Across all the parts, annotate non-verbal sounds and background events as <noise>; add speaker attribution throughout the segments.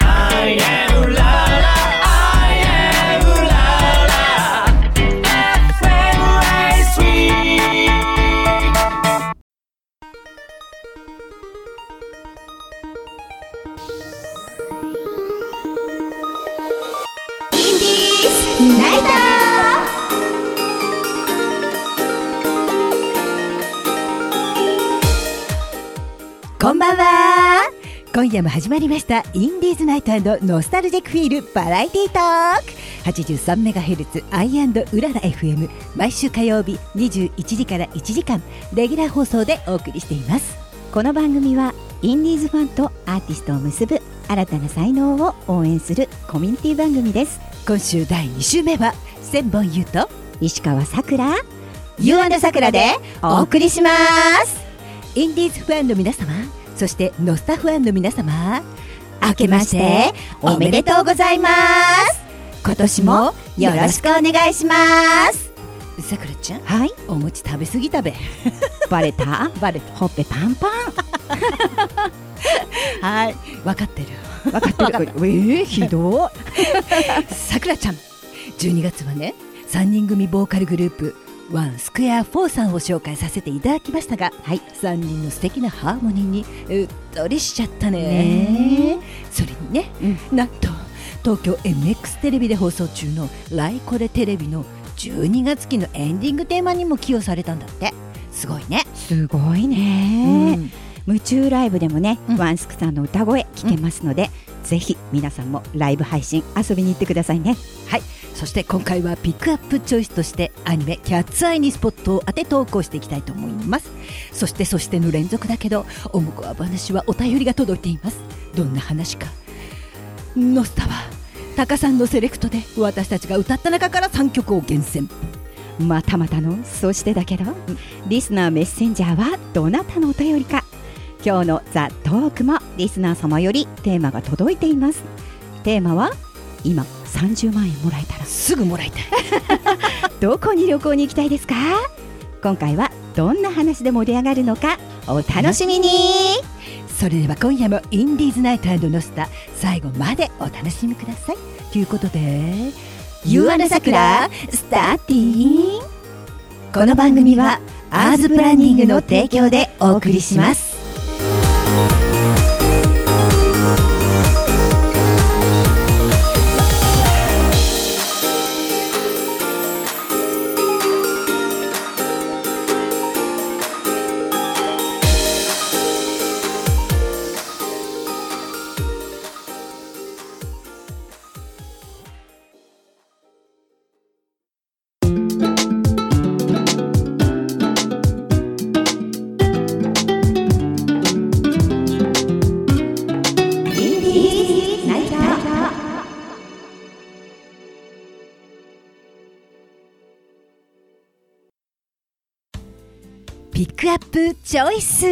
Speaker 1: I am la la, I am la la. FM ライスウィーク
Speaker 2: インディーズユナイタ
Speaker 3: こんばんは今夜も始まりましたインディーズナイトノスタルジックフィールバラエティトーク 83MHz アイウララ FM 毎週火曜日21時から1時間レギュラー放送でお送りしています
Speaker 4: この番組はインディーズファンとアーティストを結ぶ新たな才能を応援するコミュニティ番組です
Speaker 3: 今週第2週目は千本優と
Speaker 4: 石川さくら
Speaker 3: You and さくらでお送りしますインディーズファンの皆様そしてノスタファンの皆様明けましておめでとうございます今年もよろしくお願いしますさくらちゃん
Speaker 4: はい
Speaker 3: お餅食べ過ぎたべ
Speaker 4: バレた
Speaker 3: バレた
Speaker 4: ほっぺパン <laughs> パ
Speaker 3: はい分かってる
Speaker 4: ン分かってるえー、ひど
Speaker 3: <laughs>
Speaker 4: い
Speaker 3: さくらちゃん12月はね3人組ボーカルグループワンスクエアフォーさんを紹介させていただきましたが、はい、3人の素敵なハーモニーにうっとりしちゃったね
Speaker 4: ね
Speaker 3: それにね、なんと東京 MX テレビで放送中の「ライコレテレビ」の12月期のエンディングテーマにも起用されたんだってすごいね、
Speaker 4: <laughs> すごいね、
Speaker 3: うん
Speaker 4: 夢中ライブでもね、
Speaker 3: うん
Speaker 4: ワンスクさんの歌声聞けますので、ぜひ皆さんもライブ配信遊びに行ってくださいね
Speaker 3: はい、そして今回はピックアップチョイスとしてアニメ「キャッツアイ」にスポットを当て投稿していきたいと思いますそしてそしての連続だけどおむこは話はお便りが届いていますどんな話かノスタはタカさんのセレクトで私たちが歌った中から3曲を厳選
Speaker 4: またまたのそしてだけどリスナーメッセンジャーはどなたのお便りか今日の「ザ・トークもリスナー様よりテーマが届いていますテーマは「今30万円もらえたら
Speaker 3: すぐもらいたい
Speaker 4: どこに旅行に行きたいですか?」今回はどんな話で盛り上がるのかお楽しみに
Speaker 3: それでは今夜もインディーズナイトノスタ最後までお楽しみくださいということで「
Speaker 4: You are
Speaker 3: さく
Speaker 4: 桜
Speaker 3: らスターティーン」この番組はアーズプランニングの提供でお送りしますピックアップチョイス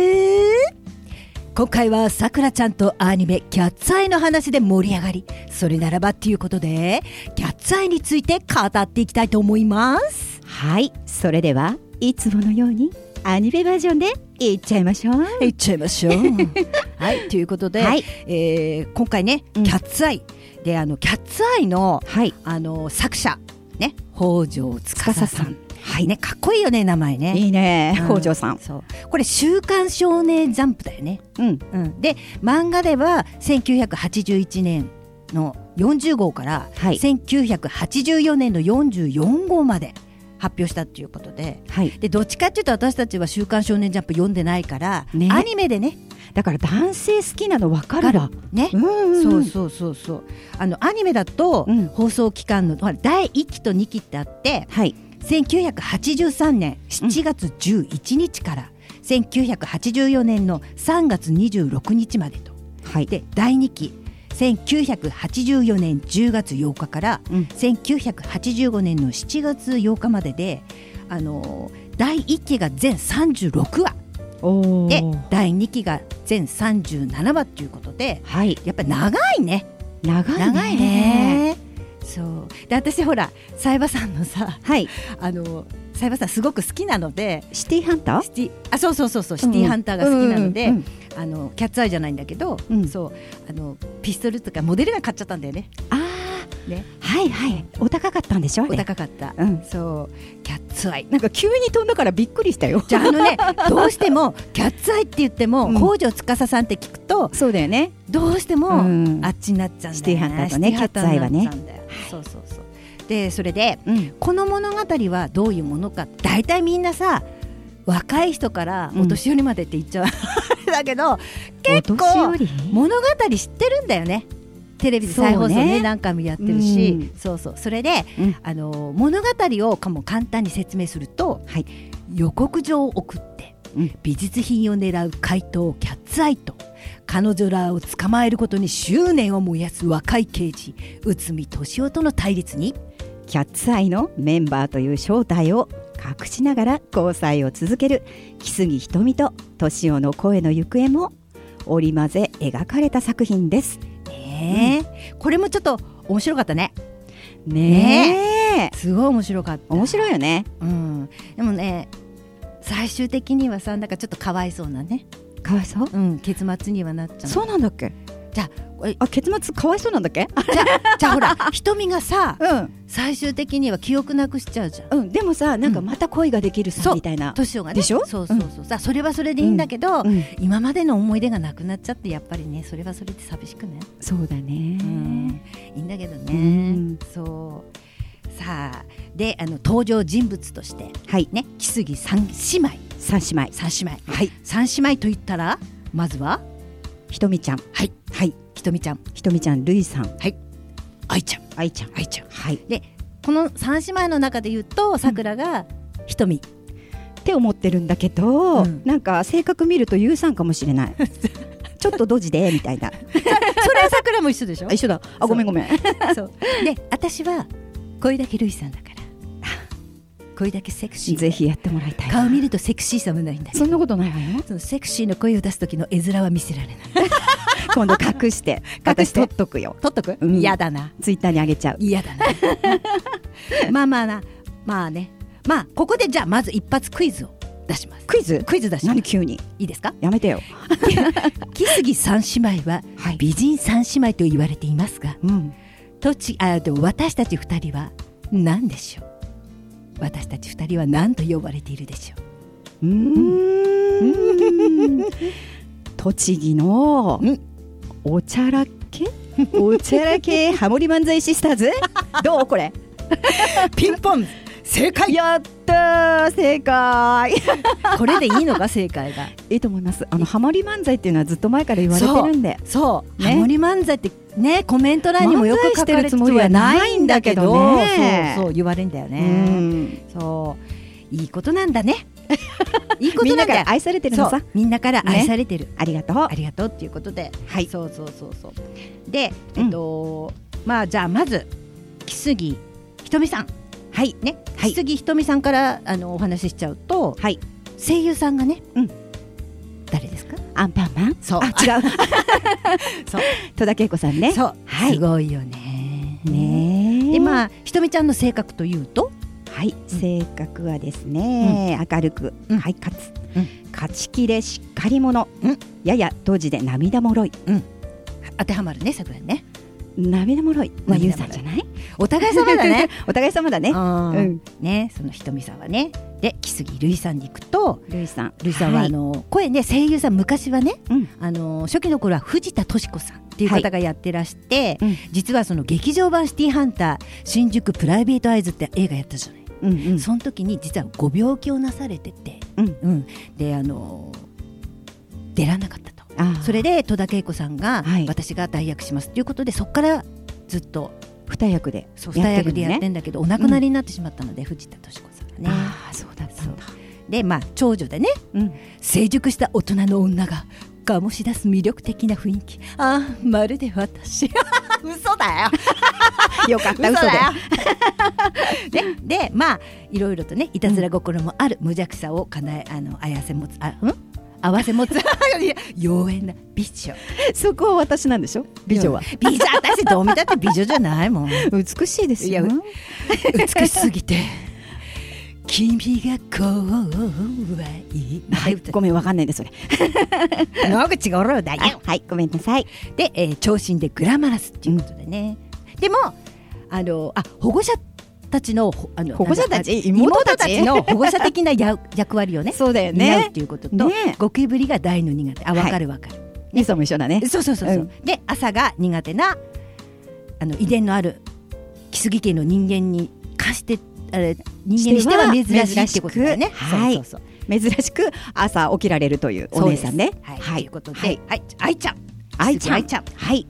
Speaker 3: 今回はさくらちゃんとアニメ「キャッツアイ」の話で盛り上がりそれならばということでキャッツアイについて語っていきたいと思います
Speaker 4: はいそれではいつものようにアニメバージョンでいっちゃいましょう
Speaker 3: いっちゃいましょう
Speaker 4: <laughs>
Speaker 3: はいということで、
Speaker 4: はい
Speaker 3: えー今回ね「キ
Speaker 4: うん
Speaker 3: ャッツアイ」であのキャッツアイの
Speaker 4: はい
Speaker 3: あの作者ね北条司さん
Speaker 4: 司さん
Speaker 3: はいねかっこいいよね名前ね
Speaker 4: いいね
Speaker 3: うん
Speaker 4: 北条さん
Speaker 3: そうこれ「週刊少年ジャンプ」だよね、
Speaker 4: うん
Speaker 3: うん、で漫画では1981年の40号から
Speaker 4: はい
Speaker 3: 1984年の44号まで発表したっていうことで
Speaker 4: はい
Speaker 3: でどっちかっていうと私たちは「週刊少年ジャンプ」読んでないから、
Speaker 4: ね
Speaker 3: アニメでね
Speaker 4: だから男性好きなの分かるわ。
Speaker 3: ね、
Speaker 4: そ
Speaker 3: そうそうそうそうあのアニメだと、
Speaker 4: うん
Speaker 3: 放送期間のほら第1期と2期ってあって
Speaker 4: はい。
Speaker 3: 1983年7月11日から、1984年の3月26日までと
Speaker 4: はい。
Speaker 3: で第2期1984年10月8日から、
Speaker 4: うん
Speaker 3: 1985年の7月8日までで、あのー第1期が全36話
Speaker 4: お
Speaker 3: で
Speaker 4: ー
Speaker 3: 第2期が全37話ということで
Speaker 4: はい。
Speaker 3: やっぱ長いね。
Speaker 4: 長いね。
Speaker 3: 長いね。そうで私ほらサイバさんのさ
Speaker 4: はい。
Speaker 3: あのサイバさんすごく好きなので
Speaker 4: シティハンター
Speaker 3: シティあそうそうそうそうシティハンターが好きなので、
Speaker 4: うんうん
Speaker 3: あのキャッツアイじゃないんだけど、
Speaker 4: うん
Speaker 3: そうあのピストルとかモデルが買っちゃったんだよね
Speaker 4: あー
Speaker 3: ね
Speaker 4: はいはいお高かったんでしょあ
Speaker 3: お
Speaker 4: れ
Speaker 3: 高かった、
Speaker 4: うん
Speaker 3: そうキャッツアイ
Speaker 4: なんか急に飛んだからびっくりしたよ
Speaker 3: じゃああのねどうしてもキャッツアイって言っても、
Speaker 4: うん
Speaker 3: 北条司さんって聞くと
Speaker 4: そうだよね
Speaker 3: どうしても、
Speaker 4: うん
Speaker 3: あっちになっちゃうんだよね
Speaker 4: シティハンターとね
Speaker 3: シティハンターになっちゃうんだよそうそうそうでそれでこの物語はどういうものか大体みんなさ若い人からお年寄りまでって言っちゃう、だけど結
Speaker 4: お
Speaker 3: 構
Speaker 4: 年寄り
Speaker 3: 物語知ってるんだよねテレビで再放送
Speaker 4: そう
Speaker 3: ね
Speaker 4: ね
Speaker 3: 何回もやってるし、
Speaker 4: うん
Speaker 3: そうそうそれで、
Speaker 4: うん
Speaker 3: あの物語をかも簡単に説明すると、
Speaker 4: はい
Speaker 3: 予告状を送って、
Speaker 4: うん
Speaker 3: 美術品を狙う怪盗キャッツアイと彼女らを捕まえることに執念を燃やす若い刑事内海敏夫との対立に
Speaker 4: キャッツアイのメンバーという正体を隠しながら交際を続ける木杉ひとみと敏夫の声の行方も織り交ぜ描かれた作品です
Speaker 3: ねえこれもちょっと面白かったね
Speaker 4: ねえ
Speaker 3: すごい面白かった
Speaker 4: 面白いよね
Speaker 3: うん、でもね最終的にはさなんかちょっとかわいそうなね、
Speaker 4: かわいそう
Speaker 3: うん、結末にはなっちゃう
Speaker 4: そうなんだっけ
Speaker 3: じゃあえ
Speaker 4: あ結末かわいそうなんだっけ
Speaker 3: じゃあじゃあほら <laughs> 瞳がさ
Speaker 4: うん
Speaker 3: 最終的には記憶なくしちゃうじゃん
Speaker 4: うんでもさなんか
Speaker 3: うん
Speaker 4: また恋ができる
Speaker 3: そ
Speaker 4: さ
Speaker 3: う
Speaker 4: みたいな
Speaker 3: 年をがね
Speaker 4: でしょ
Speaker 3: そうそうそう、さそれはそれでいいんだけど、
Speaker 4: うん
Speaker 3: 今までの思い出がなくなっちゃってやっぱりねそれはそれで寂しくない、
Speaker 4: そうだね
Speaker 3: うん、いいんだけどね、
Speaker 4: うん
Speaker 3: そうさあであの登場人物として
Speaker 4: はい
Speaker 3: ね木杉三姉妹
Speaker 4: 三姉妹
Speaker 3: 三姉妹
Speaker 4: はい
Speaker 3: 三姉妹と言ったらまずは
Speaker 4: ひとみちゃん
Speaker 3: はい
Speaker 4: はい
Speaker 3: ひとみちゃん
Speaker 4: ひとみちゃんるいさん
Speaker 3: 愛ちゃん
Speaker 4: あいちゃん
Speaker 3: 愛ちゃん
Speaker 4: はいっ
Speaker 3: でこの三姉妹の中で言うとさくらがひとみ
Speaker 4: て思ってるんだけど、
Speaker 3: うん
Speaker 4: なんか性格見るとゆうさんかもしれない <laughs> ちょっとドジでみたいな
Speaker 3: それはさくらも一緒でしょ
Speaker 4: あ一緒だあごめんごめん
Speaker 3: そうで私はこれだけルイさんだからこれだけセクシー
Speaker 4: <laughs> ぜひやってもらいたい
Speaker 3: 顔見るとセクシーさもないんだよ
Speaker 4: そんなことないわよ
Speaker 3: そのセクシーの声を出す時の絵面は見せられない
Speaker 4: 今度 <laughs> 隠して
Speaker 3: 隠
Speaker 4: 私
Speaker 3: して
Speaker 4: 取っとくよ
Speaker 3: 取っとく
Speaker 4: うん
Speaker 3: 嫌、だな
Speaker 4: ツイッターにあげちゃう
Speaker 3: 嫌だな <laughs> まあまあなまあねまあここでじゃあまず一発クイズを出します
Speaker 4: クイズ
Speaker 3: クイズ出しま
Speaker 4: 何
Speaker 3: す
Speaker 4: 急に
Speaker 3: いいですか
Speaker 4: やめてよ
Speaker 3: 木杉三姉妹は
Speaker 4: はい
Speaker 3: 美人三姉妹と言われていますが
Speaker 4: うん
Speaker 3: とちあでも私たち二人は何でしょう私たち二人は何と呼ばれているでしょ
Speaker 4: うーん栃木の
Speaker 3: うん
Speaker 4: おちゃらけ <laughs> おちゃらけハモリ漫才シスターズどうこれ
Speaker 3: うピンポン正解
Speaker 4: やったー正解 <laughs>
Speaker 3: これでいいのか正解が
Speaker 4: いいと思いますあのハモリ漫才っていうのはずっと前から言われてるんで
Speaker 3: <laughs> そう、
Speaker 4: ね
Speaker 3: ハモリ漫才ってねコメント欄にもよく書かれて
Speaker 4: 漫才してるつもりはないんだけどね
Speaker 3: そうそう言われんだよ
Speaker 4: う
Speaker 3: ね、
Speaker 4: ん
Speaker 3: そういいことなんだ <laughs> ねいいこと
Speaker 4: みん
Speaker 3: な
Speaker 4: なん
Speaker 3: だ
Speaker 4: から
Speaker 3: よ
Speaker 4: 愛されてるのさ
Speaker 3: そうみんなから愛されてる、
Speaker 4: ありがとう
Speaker 3: <laughs> ありがとうっていうことで
Speaker 4: はい
Speaker 3: そうそうそうそうで
Speaker 4: うん
Speaker 3: えっと、まあじゃあまず木杉ひとみさん
Speaker 4: はい
Speaker 3: ね、
Speaker 4: はい
Speaker 3: 木杉ひとみさんからあのお話ししちゃうと、
Speaker 4: はい
Speaker 3: 声優さんがね、
Speaker 4: うん
Speaker 3: 誰ですか
Speaker 4: アンパンマン
Speaker 3: そう
Speaker 4: あ違う
Speaker 3: <laughs> そう
Speaker 4: 戸田恵子さんね
Speaker 3: そう、
Speaker 4: はい
Speaker 3: すごいよね
Speaker 4: ねえ
Speaker 3: でまあひとみちゃんの性格というと
Speaker 4: はい、性格はですね、明るく、
Speaker 3: うん
Speaker 4: はい、かつ、
Speaker 3: うん
Speaker 4: 勝ち気でしっかり者、
Speaker 3: うん
Speaker 4: ややドジで涙もろい、
Speaker 3: 当てはまるね桜井ね
Speaker 4: 涙もろいはゆう
Speaker 3: 涙もろい
Speaker 4: さんじゃない？ <laughs>
Speaker 3: お互い様だね
Speaker 4: お互い様だね。
Speaker 3: うん
Speaker 4: うん、
Speaker 3: ねそのひとみさんはねで木杉るいさんに行くと
Speaker 4: ルイさん、
Speaker 3: るいさんはあ
Speaker 4: い、
Speaker 3: の、声ね声優さん昔はね、
Speaker 4: うん
Speaker 3: あの初期の頃は藤田敏子さんっていう方がやってらして、
Speaker 4: うん
Speaker 3: 実はその劇場版「シティーハンター新宿プライベートアイズ」って映画やったじゃない、
Speaker 4: うんうん、
Speaker 3: その時に実はご病気をなされてて、
Speaker 4: うん
Speaker 3: であの出られなかったと
Speaker 4: あー
Speaker 3: それで戸田恵子さんが、
Speaker 4: はい
Speaker 3: 私が代役しますということでそこからずっと
Speaker 4: 二役で
Speaker 3: そう二役でやって
Speaker 4: る
Speaker 3: んだけど、お亡くなりになってしまったので、藤田敏子さん
Speaker 4: の
Speaker 3: が
Speaker 4: ね。
Speaker 3: ね。
Speaker 4: ああ、そうだったんだ。
Speaker 3: でまあ長女でね
Speaker 4: うん、
Speaker 3: 成熟した大人の女が醸し出す魅力的な雰囲気ああまるで私嘘だよ
Speaker 4: よかっ
Speaker 3: 嘘だ
Speaker 4: た、
Speaker 3: よ
Speaker 4: 嘘だよ。
Speaker 3: ででまあいろいろとねいたずら心もある無邪気さをかなえあのあやせ持つあうん合わせ持ついや妖艶な美女
Speaker 4: そこは私なんでしょ？美女は
Speaker 3: 美女私どう見たって美女じゃないもん
Speaker 4: 美しいですよ
Speaker 3: い。や美しすぎて君が怖い。
Speaker 4: はい、ごめんわかんないですそ <laughs> れ。
Speaker 3: 野口五郎だ
Speaker 4: あ
Speaker 3: よ。
Speaker 4: はい、ごめんなさい。
Speaker 3: で、えー、長身でグラマラスっていうことでね。でも、あの、あ、保護者たちの、ほあの
Speaker 4: 保護者たち
Speaker 3: なんだあ
Speaker 4: 妹たち
Speaker 3: 妹の保護者的な <laughs> や役割をね、
Speaker 4: そうだよ
Speaker 3: 担うっ
Speaker 4: ね。
Speaker 3: ていうことと、
Speaker 4: ね
Speaker 3: ゴキブリが大の苦手。あ、
Speaker 4: はい
Speaker 3: わかるわかる。
Speaker 4: みそも一緒だね。
Speaker 3: そうそうそうそう。
Speaker 4: うん
Speaker 3: で、朝が苦手な、あの、遺伝のある、木杉家の人間に貸して、あれ人間にしては珍しいってことだよね。
Speaker 4: 珍しくはい
Speaker 3: そうそうそう
Speaker 4: 珍しく朝起きられるというお姉さん
Speaker 3: そ
Speaker 4: ね
Speaker 3: うです。はい、
Speaker 4: は
Speaker 3: とい
Speaker 4: いう
Speaker 3: ことで、
Speaker 4: は
Speaker 3: はい
Speaker 4: い、
Speaker 3: 愛ちゃん、
Speaker 4: 愛ちゃん
Speaker 3: 愛ちゃん、
Speaker 4: はい。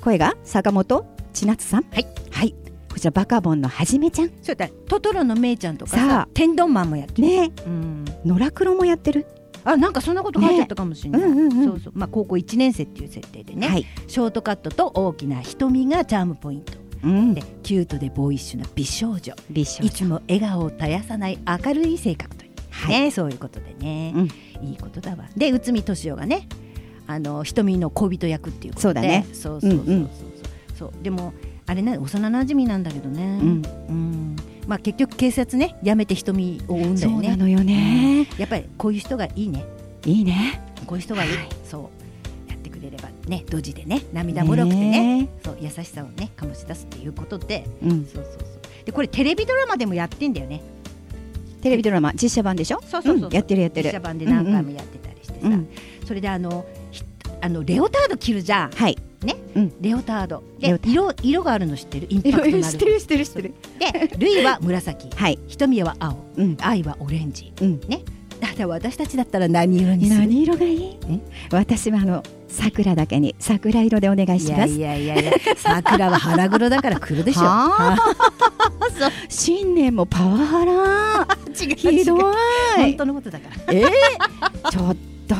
Speaker 4: 声が坂本千夏さん。
Speaker 3: はい。
Speaker 4: はい。こちらバカボンのはじめちゃん。
Speaker 3: そうだ、トトロのめいちゃんとか
Speaker 4: さ
Speaker 3: さ
Speaker 4: あ、
Speaker 3: 天丼マンもやってる。
Speaker 4: ねえ、
Speaker 3: うん、
Speaker 4: 野良黒もやってる。
Speaker 3: あ、なんかそんなこと書いてあったかもしれない。
Speaker 4: ねうんうんうん
Speaker 3: そうそう、まあ高校一年生っていう設定でね、
Speaker 4: はい。
Speaker 3: ショートカットと大きな瞳がチャームポイント。
Speaker 4: うん。
Speaker 3: で、キュートでボーイッシュな美少女。
Speaker 4: 美少
Speaker 3: いつも笑顔を絶やさない明るい性格という。
Speaker 4: はい。
Speaker 3: ね、そういうことでね、いいことだわ。で、内海敏夫がね、あの瞳の恋人役っていうことで。
Speaker 4: そうだね。
Speaker 3: そうそうそうそううん
Speaker 4: うん
Speaker 3: そう、でも、あれね、幼馴染なんだけどね。
Speaker 4: うん。
Speaker 3: うん、まあ結局警察ね辞めて瞳を追うんだ
Speaker 4: そ
Speaker 3: よ
Speaker 4: うな
Speaker 3: ね
Speaker 4: のよね。
Speaker 3: やっぱりこういう人がいいね
Speaker 4: いいね。
Speaker 3: こういう人がいい、
Speaker 4: はい
Speaker 3: そうやってくれればねドジでね涙もろくてねそう優しさをね醸し出すっていうことで
Speaker 4: え。うん。
Speaker 3: そうそうそうでこれテレビドラマでもやってんだよね
Speaker 4: テレビドラマ実写版でしょ。
Speaker 3: そうそうそうそうん
Speaker 4: やってるやってる。
Speaker 3: 実写版で何回
Speaker 4: うん
Speaker 3: もやってたりしてさ、
Speaker 4: うん。うん
Speaker 3: それであのひあのレオタード着るじゃん
Speaker 4: はい。
Speaker 3: レオタードで
Speaker 4: レオター
Speaker 3: 色色があるの知ってるインパクトのある
Speaker 4: るしてるしてる。
Speaker 3: でルイは紫
Speaker 4: はい。
Speaker 3: 瞳は青
Speaker 4: うん。
Speaker 3: 愛はオレンジ、
Speaker 4: うん
Speaker 3: ねだから私たちだったら何色にする
Speaker 4: 何色がいい
Speaker 3: え？
Speaker 4: 私はあの桜だけに桜色でお願い
Speaker 3: い
Speaker 4: し
Speaker 3: や
Speaker 4: ます
Speaker 3: い。やいやいや桜は腹黒だから来るでしょ
Speaker 4: は <laughs> 新年もパワハ <laughs> ラ。
Speaker 3: 違う
Speaker 4: ひど
Speaker 3: 本
Speaker 4: い。
Speaker 3: 当のことだから
Speaker 4: えー、ちょっと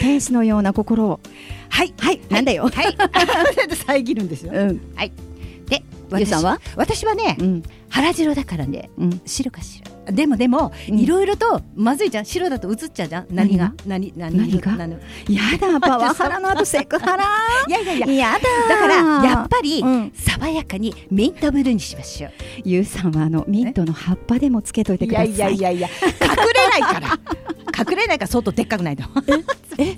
Speaker 4: 天使のような心を。
Speaker 3: はい
Speaker 4: はい。なんだよ。
Speaker 3: はい <laughs> 遮るんですよ
Speaker 4: うん。
Speaker 3: で
Speaker 4: ゆうさんは？
Speaker 3: 私はね
Speaker 4: うん
Speaker 3: 腹白だからね
Speaker 4: うん。
Speaker 3: 白かしらでもでも
Speaker 4: うん
Speaker 3: いろいろとまずいじゃん白だと映っちゃうじゃん何が何何
Speaker 4: 何が
Speaker 3: 何い
Speaker 4: や <laughs> だパワハラの後セクハラ。
Speaker 3: やいやいや
Speaker 4: やだ
Speaker 3: だからやっぱり
Speaker 4: うん
Speaker 3: 爽やかにメインタブルーにしましょう
Speaker 4: ゆうさんはあのミントの葉っぱでもつけといてください。
Speaker 3: やいや隠れないから隠れないから相当でっかくないと
Speaker 4: え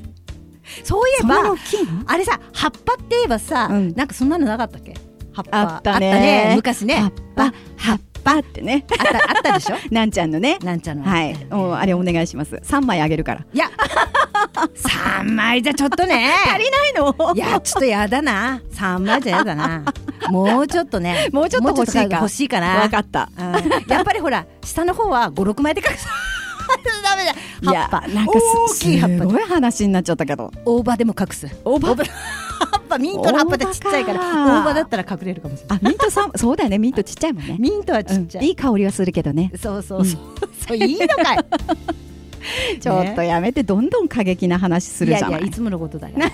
Speaker 3: そういえ
Speaker 4: そんなに
Speaker 3: ば
Speaker 4: 大きいの？
Speaker 3: あれさ葉っぱって言えばさ、
Speaker 4: うん
Speaker 3: なんかそんなのなかったっけ葉っぱ
Speaker 4: あったね
Speaker 3: 昔ね
Speaker 4: 葉っぱ葉っぱってね。
Speaker 3: あったあったで
Speaker 4: <laughs>
Speaker 3: しょ
Speaker 4: なんちゃんのね。
Speaker 3: なんちゃんの
Speaker 4: はい。もうあれお願いします。三枚あげるから。
Speaker 3: いや三枚じゃちょっとね
Speaker 4: 足りないの？
Speaker 3: いやちょっとやだな三枚じゃやだなもうちょっとね
Speaker 4: もうちょっと欲しいか
Speaker 3: もうちょっと欲しいかな
Speaker 4: わかった。
Speaker 3: うんやっぱりほら下の方は五六枚で隠す <laughs> ダメだ葉っぱ
Speaker 4: いやなんか
Speaker 3: 大
Speaker 4: す
Speaker 3: きい葉っ
Speaker 4: す
Speaker 3: ぱ
Speaker 4: ごい話になっちゃったけど
Speaker 3: 大葉でも隠す
Speaker 4: オーバー
Speaker 3: 葉っぱミントの葉っぱってちっちゃいから
Speaker 4: 大葉か
Speaker 3: 大葉だったら隠れるかもしれない
Speaker 4: あミントさんそうだよねミントちっちゃいもんね
Speaker 3: ミントはちっちゃ
Speaker 4: うんい
Speaker 3: い、
Speaker 4: い香りはするけどね
Speaker 3: そうそうそう、そういいのかい
Speaker 4: ちょっとやめてどんどん過激な話するじゃない
Speaker 3: やいやいつものことだから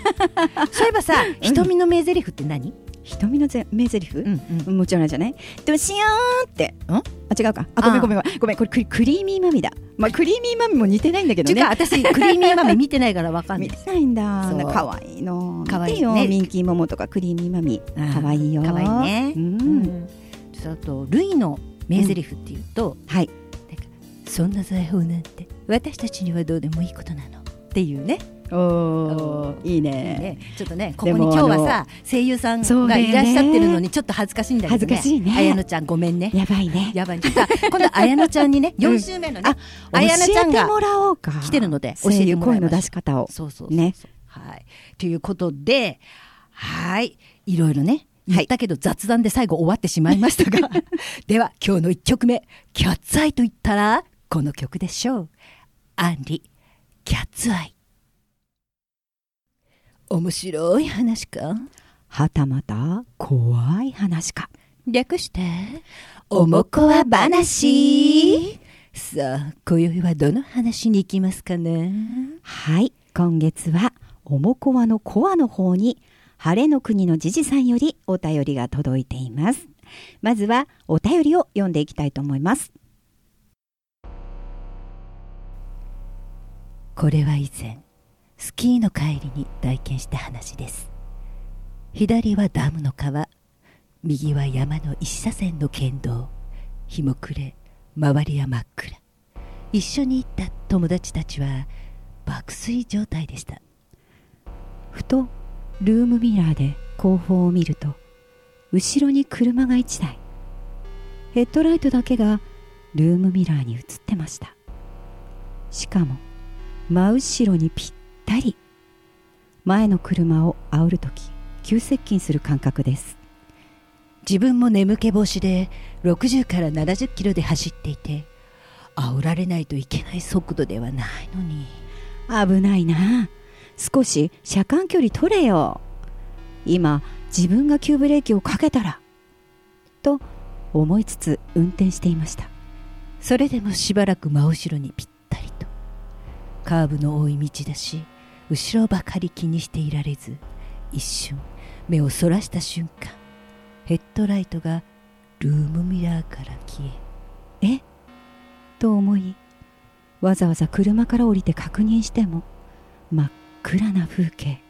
Speaker 4: <laughs>
Speaker 3: そういえばさ瞳の名台詞って何、
Speaker 4: 瞳のぜ名台詞、
Speaker 3: んうん、
Speaker 4: もちろんじゃないどうしようって
Speaker 3: ん
Speaker 4: あ違うかあごめ
Speaker 3: あ
Speaker 4: んごめんごめんごめんこれクリクリーミーマミだまあクリーミーマミも似てないんだけど
Speaker 3: ていうか
Speaker 4: ね
Speaker 3: 私クリーミー豆見てないからわかんな
Speaker 4: 見 <laughs>
Speaker 3: い
Speaker 4: てないんだ
Speaker 3: そう
Speaker 4: かわいいの
Speaker 3: 可愛いね
Speaker 4: 見てよミンキーモモとかクリーミーマミ
Speaker 3: うん
Speaker 4: かわいいよ
Speaker 3: 可愛いね
Speaker 4: うん
Speaker 3: うんちょっとあとルイの名台詞っていうと、
Speaker 4: はい
Speaker 3: なんかそんな財宝なんて私たちにはどうでもいいことなのっていうね
Speaker 4: おーいい
Speaker 3: いい
Speaker 4: ね
Speaker 3: ねちょっとねこ
Speaker 4: で
Speaker 3: こ
Speaker 4: も
Speaker 3: に今日は
Speaker 4: あ
Speaker 3: さ声優さん
Speaker 4: そう
Speaker 3: が
Speaker 4: だよね
Speaker 3: いらっしゃってるのにちょっと恥ずかしいんだけどね
Speaker 4: 恥ずかしいね
Speaker 3: 綾乃ちゃんごめんね
Speaker 4: やばいね
Speaker 3: やばいねさあ今度綾乃ちゃんにね4週目のね、
Speaker 4: あ
Speaker 3: 綾
Speaker 4: や
Speaker 3: 菜
Speaker 4: な
Speaker 3: ち
Speaker 4: ち
Speaker 3: ゃ
Speaker 4: ゃ
Speaker 3: ん
Speaker 4: ん
Speaker 3: が
Speaker 4: がもらおうか
Speaker 3: 来てるので教
Speaker 4: 声
Speaker 3: えて
Speaker 4: 優
Speaker 3: もら
Speaker 4: 声
Speaker 3: いま
Speaker 4: の
Speaker 3: しょう
Speaker 4: 出し方を
Speaker 3: そうそうそうそう
Speaker 4: ね
Speaker 3: はい。ということで、はい。いろいろね、言ったけど雑談で最後終わってしまいました
Speaker 4: <laughs>
Speaker 3: が、では今日の1曲目、キャッツアイと言ったら、この曲でしょう。アンリ、キャッツアイ。面白い話か
Speaker 4: はたまた怖い話か
Speaker 3: 略して、おもこわ話さあ、今宵はどの話に行きますかね
Speaker 4: はい今月はおもこわのコアの方に晴れの国のじじさんよりお便りが届いていますまずはお便りを読んでいきたいと思います
Speaker 3: これは以前スキーの帰りに体験した話です左はダムの川右は山の一車線の県道日も暮れ周りは真っ暗一緒に行った友達たちは爆睡状態でした
Speaker 4: ふとルームミラーで後方を見ると後ろに車が1台ヘッドライトだけがルームミラーに映ってましたしかも真後ろにぴったり前の車を煽るとき急接近する感覚です
Speaker 3: 自分も眠気防止で60から70キロで走っていて煽られないといけない速度ではないのに
Speaker 4: 危ないな少し車間距離取れよ今自分が急ブレーキをかけたらと思いつつ運転していました
Speaker 3: それでもしばらく真後ろにぴったりとカーブの多い道だし後ろばかり気にしていられず一瞬目をそらした瞬間ヘッドライトがルームミラーから消え
Speaker 4: えと思いわざわざ車から降りて確認しても真っ暗な風景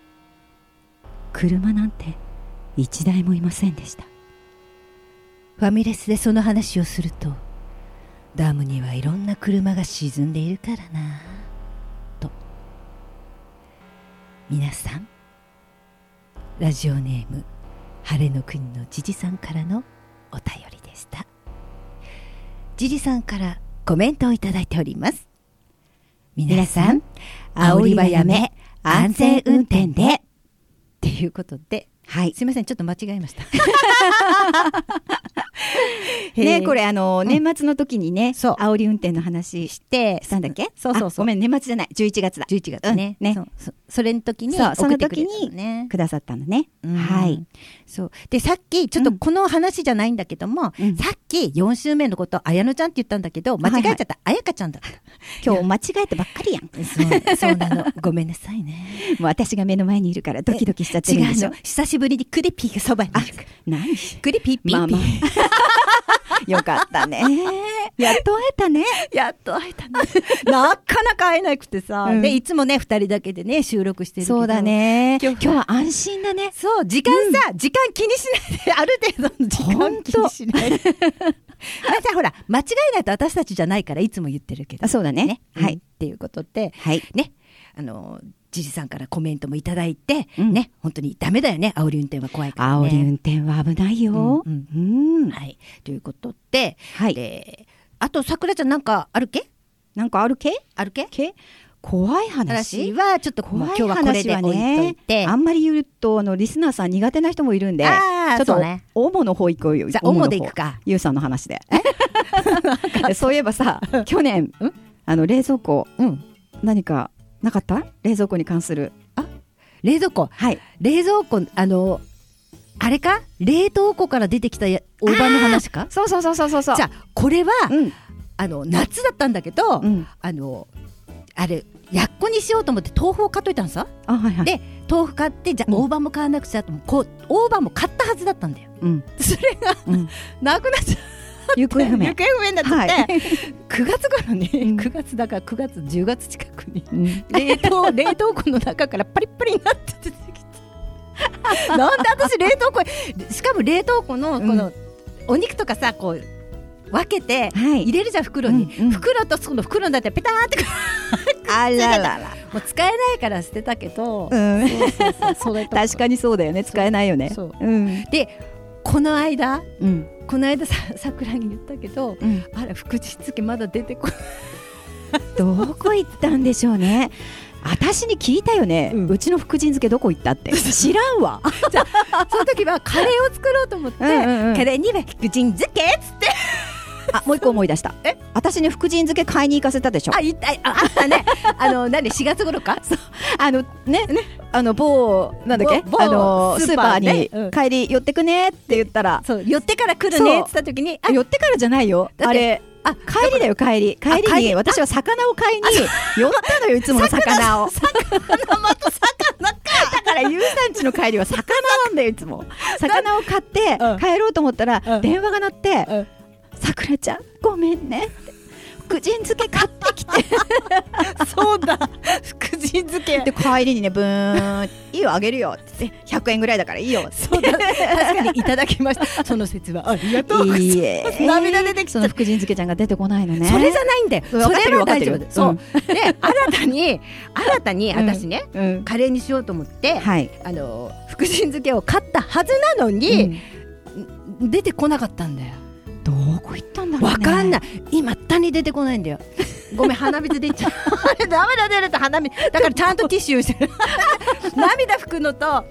Speaker 4: 車なんて一台もいませんでした
Speaker 3: ファミレスでその話をするとダムにはいろんな車が沈んでいるからなと皆さんラジオネーム晴れの国のじじさんからのお便りでしたじじさんからコメントをいただいております皆さん煽りはやめ安全運転でっていうことで
Speaker 4: はい
Speaker 3: すいませんちょっと間違えました
Speaker 4: ねこれあの年末の時にね、
Speaker 3: そう
Speaker 4: 煽り運転の話 <laughs> し
Speaker 3: で
Speaker 4: たんだっけ
Speaker 3: <laughs> そうそうそう
Speaker 4: あごめん年末じゃない11月だ
Speaker 3: 11月ね,、
Speaker 4: うんね
Speaker 3: そうそそれの時に
Speaker 4: そうそ
Speaker 3: 送
Speaker 4: の
Speaker 3: ってくれ
Speaker 4: 時
Speaker 3: たのね
Speaker 4: にくださったのね、
Speaker 3: うん
Speaker 4: はい
Speaker 3: そうでさっきちょっと
Speaker 4: うん
Speaker 3: この話じゃないんだけども、
Speaker 4: うん
Speaker 3: さっき4週目のこと綾乃ちゃんって言ったんだけど間違えちゃった、綾香ちゃんだっ
Speaker 4: 今日間違えてばっかりやん
Speaker 3: たそうそう
Speaker 4: <laughs>
Speaker 3: なのごめんなさい <laughs> ね
Speaker 4: もう私が目の前にいるからドキドキしちゃって
Speaker 3: 違
Speaker 4: るんで
Speaker 3: う
Speaker 4: し
Speaker 3: の
Speaker 4: ょ
Speaker 3: 久しぶりにクリピーがそばにいるから
Speaker 4: 何
Speaker 3: クリピーピーピー、
Speaker 4: まあま <laughs> よかったねやっと会えたね
Speaker 3: やっと会えた
Speaker 4: <laughs>
Speaker 3: ねなかなか会えなくてさ、
Speaker 4: うん
Speaker 3: でいつもね2人だけでね収録してるけど
Speaker 4: そうだね
Speaker 3: 今
Speaker 4: 今
Speaker 3: 日
Speaker 4: 日は安心だね
Speaker 3: そう時間さ、時間気にしないである程度の時
Speaker 4: ほ
Speaker 3: 間
Speaker 4: んと
Speaker 3: 気にしないであさほら間違いないと私たちじゃないからいつも言ってるけど
Speaker 4: <laughs> あそうだねは
Speaker 3: はい、っ
Speaker 4: い、
Speaker 3: ていうことで、
Speaker 4: はい
Speaker 3: ね、あの、じじさんからコメントもいただいて、
Speaker 4: うん
Speaker 3: ね、本当にダメだよね、煽り運転は怖いから、ね。
Speaker 4: 煽り運転は危ないよ
Speaker 3: う
Speaker 4: うんん、
Speaker 3: はい、ということで、
Speaker 4: はい
Speaker 3: で、あと、さくらちゃんなんかあるけ
Speaker 4: なんかある系
Speaker 3: あるけ
Speaker 4: 系怖い
Speaker 3: 話
Speaker 4: 話
Speaker 3: は、ちょっと
Speaker 4: 怖
Speaker 3: まあ
Speaker 4: い
Speaker 3: 今日はこれ
Speaker 4: 話
Speaker 3: で
Speaker 4: は
Speaker 3: 置いとい
Speaker 4: ね
Speaker 3: て。
Speaker 4: あんまり言うとあのリスナーさん苦手な人もいるんでち
Speaker 3: あー
Speaker 4: ょっ
Speaker 3: そう
Speaker 4: と
Speaker 3: ね
Speaker 4: おもの方行こうよ
Speaker 3: じゃあ、
Speaker 4: おも
Speaker 3: 主
Speaker 4: の方
Speaker 3: でいくか。
Speaker 4: ゆうさんの話で <laughs> そういえばさ去年
Speaker 3: うん
Speaker 4: あの冷蔵庫
Speaker 3: うん。
Speaker 4: 何かなかった冷蔵庫に関する
Speaker 3: 冷蔵庫、
Speaker 4: はい
Speaker 3: 冷蔵庫、あの、あれか冷凍庫から出てきたや大判の話か
Speaker 4: そうそうそうそうそうそう
Speaker 3: じゃあ、これは、
Speaker 4: うん
Speaker 3: あの、夏だったんだけど、
Speaker 4: うん
Speaker 3: あの、あれ、やっこにしようと思って豆腐を買っといたのさ。
Speaker 4: あはいはい
Speaker 3: で豆腐買ってじゃあ
Speaker 4: うん
Speaker 3: 大判も買わなくちゃと思うこう大判も買ったはずだったんだよ
Speaker 4: うん
Speaker 3: それが
Speaker 4: うん
Speaker 3: なくなっちゃ
Speaker 4: 行
Speaker 3: って
Speaker 4: 方不明
Speaker 3: 行方不明になっちゃって、 <laughs>
Speaker 4: は
Speaker 3: 9月頃に、
Speaker 4: ん
Speaker 3: 9月だから9月10月近くに
Speaker 4: うん
Speaker 3: <laughs> 冷
Speaker 4: <laughs>
Speaker 3: 凍冷凍庫の中からパリッパリになって出てきてなんで私冷凍庫へしかも冷凍庫のこの、お肉とかさこう分けて
Speaker 4: はい
Speaker 3: 入れるじゃん袋に、
Speaker 4: うんうん
Speaker 3: 袋とその袋の中でペターってくる
Speaker 4: あららら
Speaker 3: もう使えないから捨てたけど、
Speaker 4: うん
Speaker 3: そうそうそうそれとか
Speaker 4: 確かにそうだよね使えないよね
Speaker 3: そう
Speaker 4: うん
Speaker 3: でこの間
Speaker 4: うん
Speaker 3: この間さ桜に言ったけど
Speaker 4: うん
Speaker 3: あら福祉付けまだ出てこない
Speaker 4: どこ行ったんでしょうね私に聞いたよね
Speaker 3: うん
Speaker 4: うちの福神漬けどこ行っ
Speaker 3: <laughs>
Speaker 4: たって知らんわ
Speaker 3: その時はカレーを作ろうと思って、
Speaker 4: うんうんうん
Speaker 3: カレーには福神漬けっつって
Speaker 4: あもう一個思い出した
Speaker 3: え
Speaker 4: 私に福神漬け買いに行かせたでしょ
Speaker 3: あいたああったねあの何4月頃かそう
Speaker 4: あのねあの某なんだっけ
Speaker 3: 某某
Speaker 4: あの
Speaker 3: ス
Speaker 4: ス
Speaker 3: ー
Speaker 4: ー
Speaker 3: パ
Speaker 4: パ
Speaker 3: ーね
Speaker 4: ー
Speaker 3: うん
Speaker 4: に帰り寄ってくねって言ったら
Speaker 3: 寄ってから来るねっつった時にあ
Speaker 4: 寄ってからじゃないよ
Speaker 3: だって
Speaker 4: あれ
Speaker 3: あ
Speaker 4: 帰りだよ帰り
Speaker 3: あ
Speaker 4: 帰り
Speaker 3: 帰り
Speaker 4: に私は魚を買いに寄ったのよいつもの魚をだからゆうさんちの帰りは魚なんだよいつも魚を買って
Speaker 3: うん
Speaker 4: 帰ろうと思ったら
Speaker 3: うん
Speaker 4: 電話が鳴って
Speaker 3: うん
Speaker 4: 「さくらちゃんごめんねって」福神漬け買ってきて
Speaker 3: <laughs> そうだ <laughs> 福神漬け
Speaker 4: で帰りにねブーン「いいよあげるよ」って言って100円ぐらいだからいいよ」って
Speaker 3: そうだ確かにいただきま <laughs> したその説はありがとうござい
Speaker 4: いいえ
Speaker 3: ます涙出てきち
Speaker 4: そ
Speaker 3: ゃっ
Speaker 4: の
Speaker 3: た
Speaker 4: 福神漬けちゃんが出てこないのね
Speaker 3: それじゃないんだよ。そ
Speaker 4: うん分かってる
Speaker 3: れは大丈夫
Speaker 4: 分かってる。
Speaker 3: そううんで、新たに、新たに、私ね、
Speaker 4: うん
Speaker 3: カレーにしようと思って、
Speaker 4: はい
Speaker 3: あの、福神漬けを買ったはずなの
Speaker 4: う
Speaker 3: に、
Speaker 4: ん
Speaker 3: 出てこなかったんだよ。
Speaker 4: どこ行ったんだろうね
Speaker 3: わかんない。今、ったに出てこないんだよ。ごめ <laughs> ん、鼻水出ちゃう。あれ、ダメだ、出ると鼻水。だからちゃんとティッシュしてる。 <laughs> 涙拭くのと、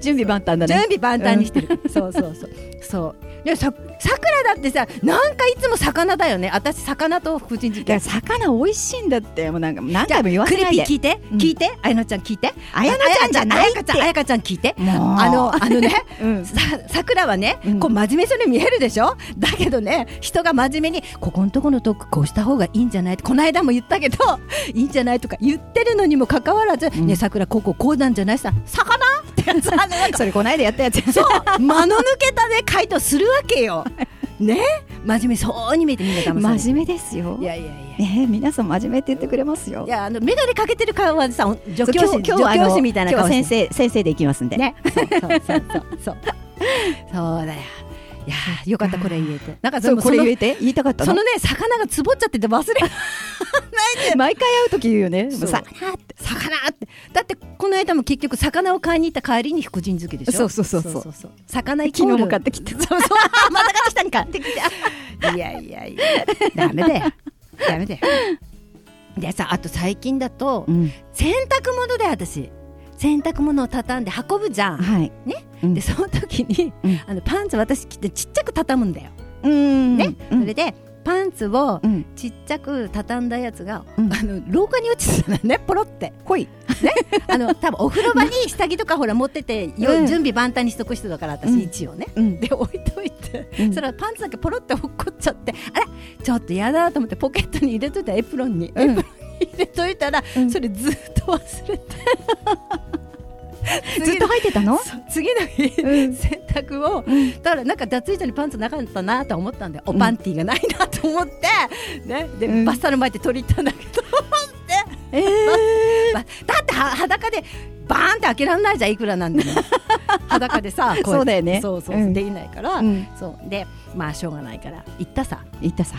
Speaker 4: 準備万端だ
Speaker 3: 準
Speaker 4: ね
Speaker 3: 備万端にしてる。そうそうそう。そう。でもさ、さくらだってさ、なんかいつも魚だよね。私、魚と福神漬
Speaker 4: いや
Speaker 3: け。
Speaker 4: 魚美味しいんだってもうなんか何
Speaker 3: じゃ
Speaker 4: 回
Speaker 3: あ
Speaker 4: も言わ
Speaker 3: ク
Speaker 4: せ
Speaker 3: リ
Speaker 4: な
Speaker 3: ピ
Speaker 4: い
Speaker 3: ー聞い
Speaker 4: で
Speaker 3: て、
Speaker 4: うん
Speaker 3: 聞いて、あやのちゃん聞いて、
Speaker 4: あやのちゃんじゃないって
Speaker 3: あやかちゃん、あやかちゃん聞いて。
Speaker 4: もう
Speaker 3: あの、あのね、
Speaker 4: うん
Speaker 3: さ、さくらはね
Speaker 4: う、ん
Speaker 3: こう真面目そうに見えるでしょだけどね、人が真面目に、ここのとこのトークこうした方がいいんじゃないってこの間も言ったけど、いいんじゃないとか言ってるのにもかかわらず、
Speaker 4: ん
Speaker 3: ね、さくらこうこうこうなんじゃないさ、魚ってやつ、あのなんか
Speaker 4: それこないでやったやつ
Speaker 3: そう間の抜けたね、回答するわけよ。ね真面目そうに見えてみんな騙される。
Speaker 4: 真面目ですよ
Speaker 3: いやいやいや。
Speaker 4: ねえ皆さん真面目って言ってくれますよ
Speaker 3: いやあの眼鏡かけてる顔はさ助
Speaker 4: そう
Speaker 3: 教師
Speaker 4: 今日今日
Speaker 3: 助教師みたいな
Speaker 4: 今
Speaker 3: 顔
Speaker 4: 日
Speaker 3: して
Speaker 4: 先生先生で行きますんで
Speaker 3: ねそうそうそうそうそうそうだよいやーよかったこれ言えてなんか
Speaker 4: そ
Speaker 3: そうの
Speaker 4: こ
Speaker 3: そ
Speaker 4: れ
Speaker 3: の
Speaker 4: 言えて言いたかった
Speaker 3: そ
Speaker 4: の
Speaker 3: のね魚がつぼっちゃってて忘れ
Speaker 4: 毎回会う時言うよね
Speaker 3: そう
Speaker 4: さ
Speaker 3: 魚ってだってこの間も結局魚を買いに行った帰りに福神漬けでしょ
Speaker 4: そうそうそうそう
Speaker 3: 魚イコー
Speaker 4: 昨
Speaker 3: ル
Speaker 4: 日も買ってきて
Speaker 3: そうそうまた買ってきたんかってきた
Speaker 4: <laughs>
Speaker 3: いやいやいやダメだよダメだよでさあと最近だと、
Speaker 4: うん
Speaker 3: 洗濯物で私洗濯物を畳んで運ぶじゃん、
Speaker 4: はい
Speaker 3: ね
Speaker 4: うん
Speaker 3: でその時に、
Speaker 4: うん
Speaker 3: あのパンツ私着てちっちゃく畳むんだよ、
Speaker 4: うん
Speaker 3: ね、
Speaker 4: うん
Speaker 3: それでパンツを
Speaker 4: うん
Speaker 3: ちっちゃく畳んだやつが、
Speaker 4: うん
Speaker 3: あの廊下に落ちてたのねポロって
Speaker 4: 来い
Speaker 3: あの多分お風呂場に下着とかほら持ってて、よ
Speaker 4: うん
Speaker 3: 準備万端にしとく人だから私、
Speaker 4: うん
Speaker 3: 一応ね
Speaker 4: <laughs> うん
Speaker 3: で置いといて、
Speaker 4: うん
Speaker 3: それはパンツだけポロって落っこっちゃってあらちょっとやだと思ってポケットに入れといたエプロンに、
Speaker 4: うん
Speaker 3: エプロンに入れといたら、
Speaker 4: うん
Speaker 3: それずっと忘
Speaker 4: <laughs>
Speaker 3: れて
Speaker 4: ずっと入ってた <laughs> の
Speaker 3: そう次の日、
Speaker 4: うん
Speaker 3: 洗濯をだからなんか脱衣所にパンツなかったなと思ったんでおパンティーがないなと思って、ね、で、
Speaker 4: うん
Speaker 3: バスタの前で取り行ったんだけど
Speaker 4: ええ
Speaker 3: <laughs> まだっては裸でバーンって開けられないじゃんいくらなんで
Speaker 4: <laughs>
Speaker 3: も裸でさこ
Speaker 4: そうだよね
Speaker 3: そうそう、
Speaker 4: うん
Speaker 3: できないから、
Speaker 4: うん
Speaker 3: そうでまあしょうがないから行ったさ
Speaker 4: 言ったさ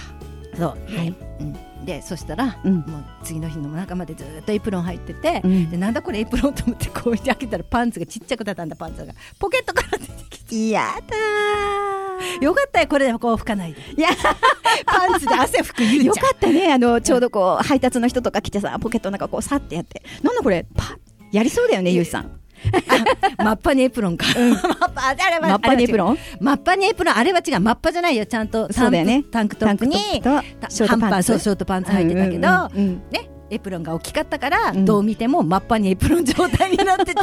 Speaker 3: そう
Speaker 4: はい
Speaker 3: うん、でそしたら、
Speaker 4: うん
Speaker 3: もう次の日の中までずっとエプロン入ってて、
Speaker 4: うん
Speaker 3: でなんだこれエプロンと思ってこうやって開けたらパンツがちっちゃく畳んだパンツがポケットから出てき
Speaker 4: いやだ
Speaker 3: てよかったよこれでこう拭かないで
Speaker 4: いや
Speaker 3: <laughs> パンツで汗拭くゆうちゃ
Speaker 4: よ
Speaker 3: ん
Speaker 4: かったねあのちょうどこう配達の人とか来てさポケットの中こうさってやってなんだこれパッやりそうだよねゆうさん
Speaker 3: マッパにエプロンか、マッパあれは
Speaker 4: マッパにエプ
Speaker 3: ン
Speaker 4: ロン
Speaker 3: マッパにエプロンあれは違うマッパじゃないよちゃんと
Speaker 4: そうだよね
Speaker 3: タンクタンクトップに
Speaker 4: タンクトップと
Speaker 3: た
Speaker 4: ショートパンツ
Speaker 3: 短そうショートパンツ履いてたけど、
Speaker 4: うんうんうん
Speaker 3: ねエプロンが大きかったから、
Speaker 4: うん
Speaker 3: どう見てもマッパにエプロン状態にな <laughs> ってて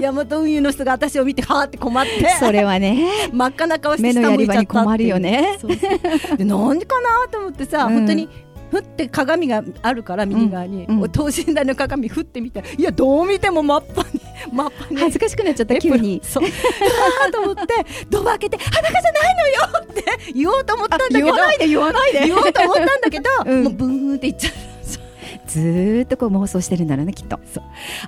Speaker 3: ヤマト運輸の人が私を見てはーって困って
Speaker 4: それ
Speaker 3: <laughs>
Speaker 4: はね
Speaker 3: 真っ赤な顔して
Speaker 4: 目の
Speaker 3: 下
Speaker 4: や
Speaker 3: 向
Speaker 4: り
Speaker 3: いち
Speaker 4: 場
Speaker 3: ゃっ
Speaker 4: に
Speaker 3: た
Speaker 4: 困
Speaker 3: って
Speaker 4: る
Speaker 3: い
Speaker 4: よ
Speaker 3: う
Speaker 4: ね
Speaker 3: そうそうでなんでかなと思ってさ、
Speaker 4: うん
Speaker 3: 本当にふって鏡があるから右側に、
Speaker 4: うんうん
Speaker 3: 等身大の鏡ふってみたらいやどう見てもマッパにマッパに
Speaker 4: 恥ずかしくなっちゃった急 <laughs> に
Speaker 3: そううわーと思ってドア開けて裸じゃないのよって言おうと思ったんだけど
Speaker 4: 言わないで言わないで
Speaker 3: 言おうと思ったんだけど、
Speaker 4: <laughs> うん
Speaker 3: もうブーンって言っちゃう
Speaker 4: ずーっとこう妄想してるんだろうねきっと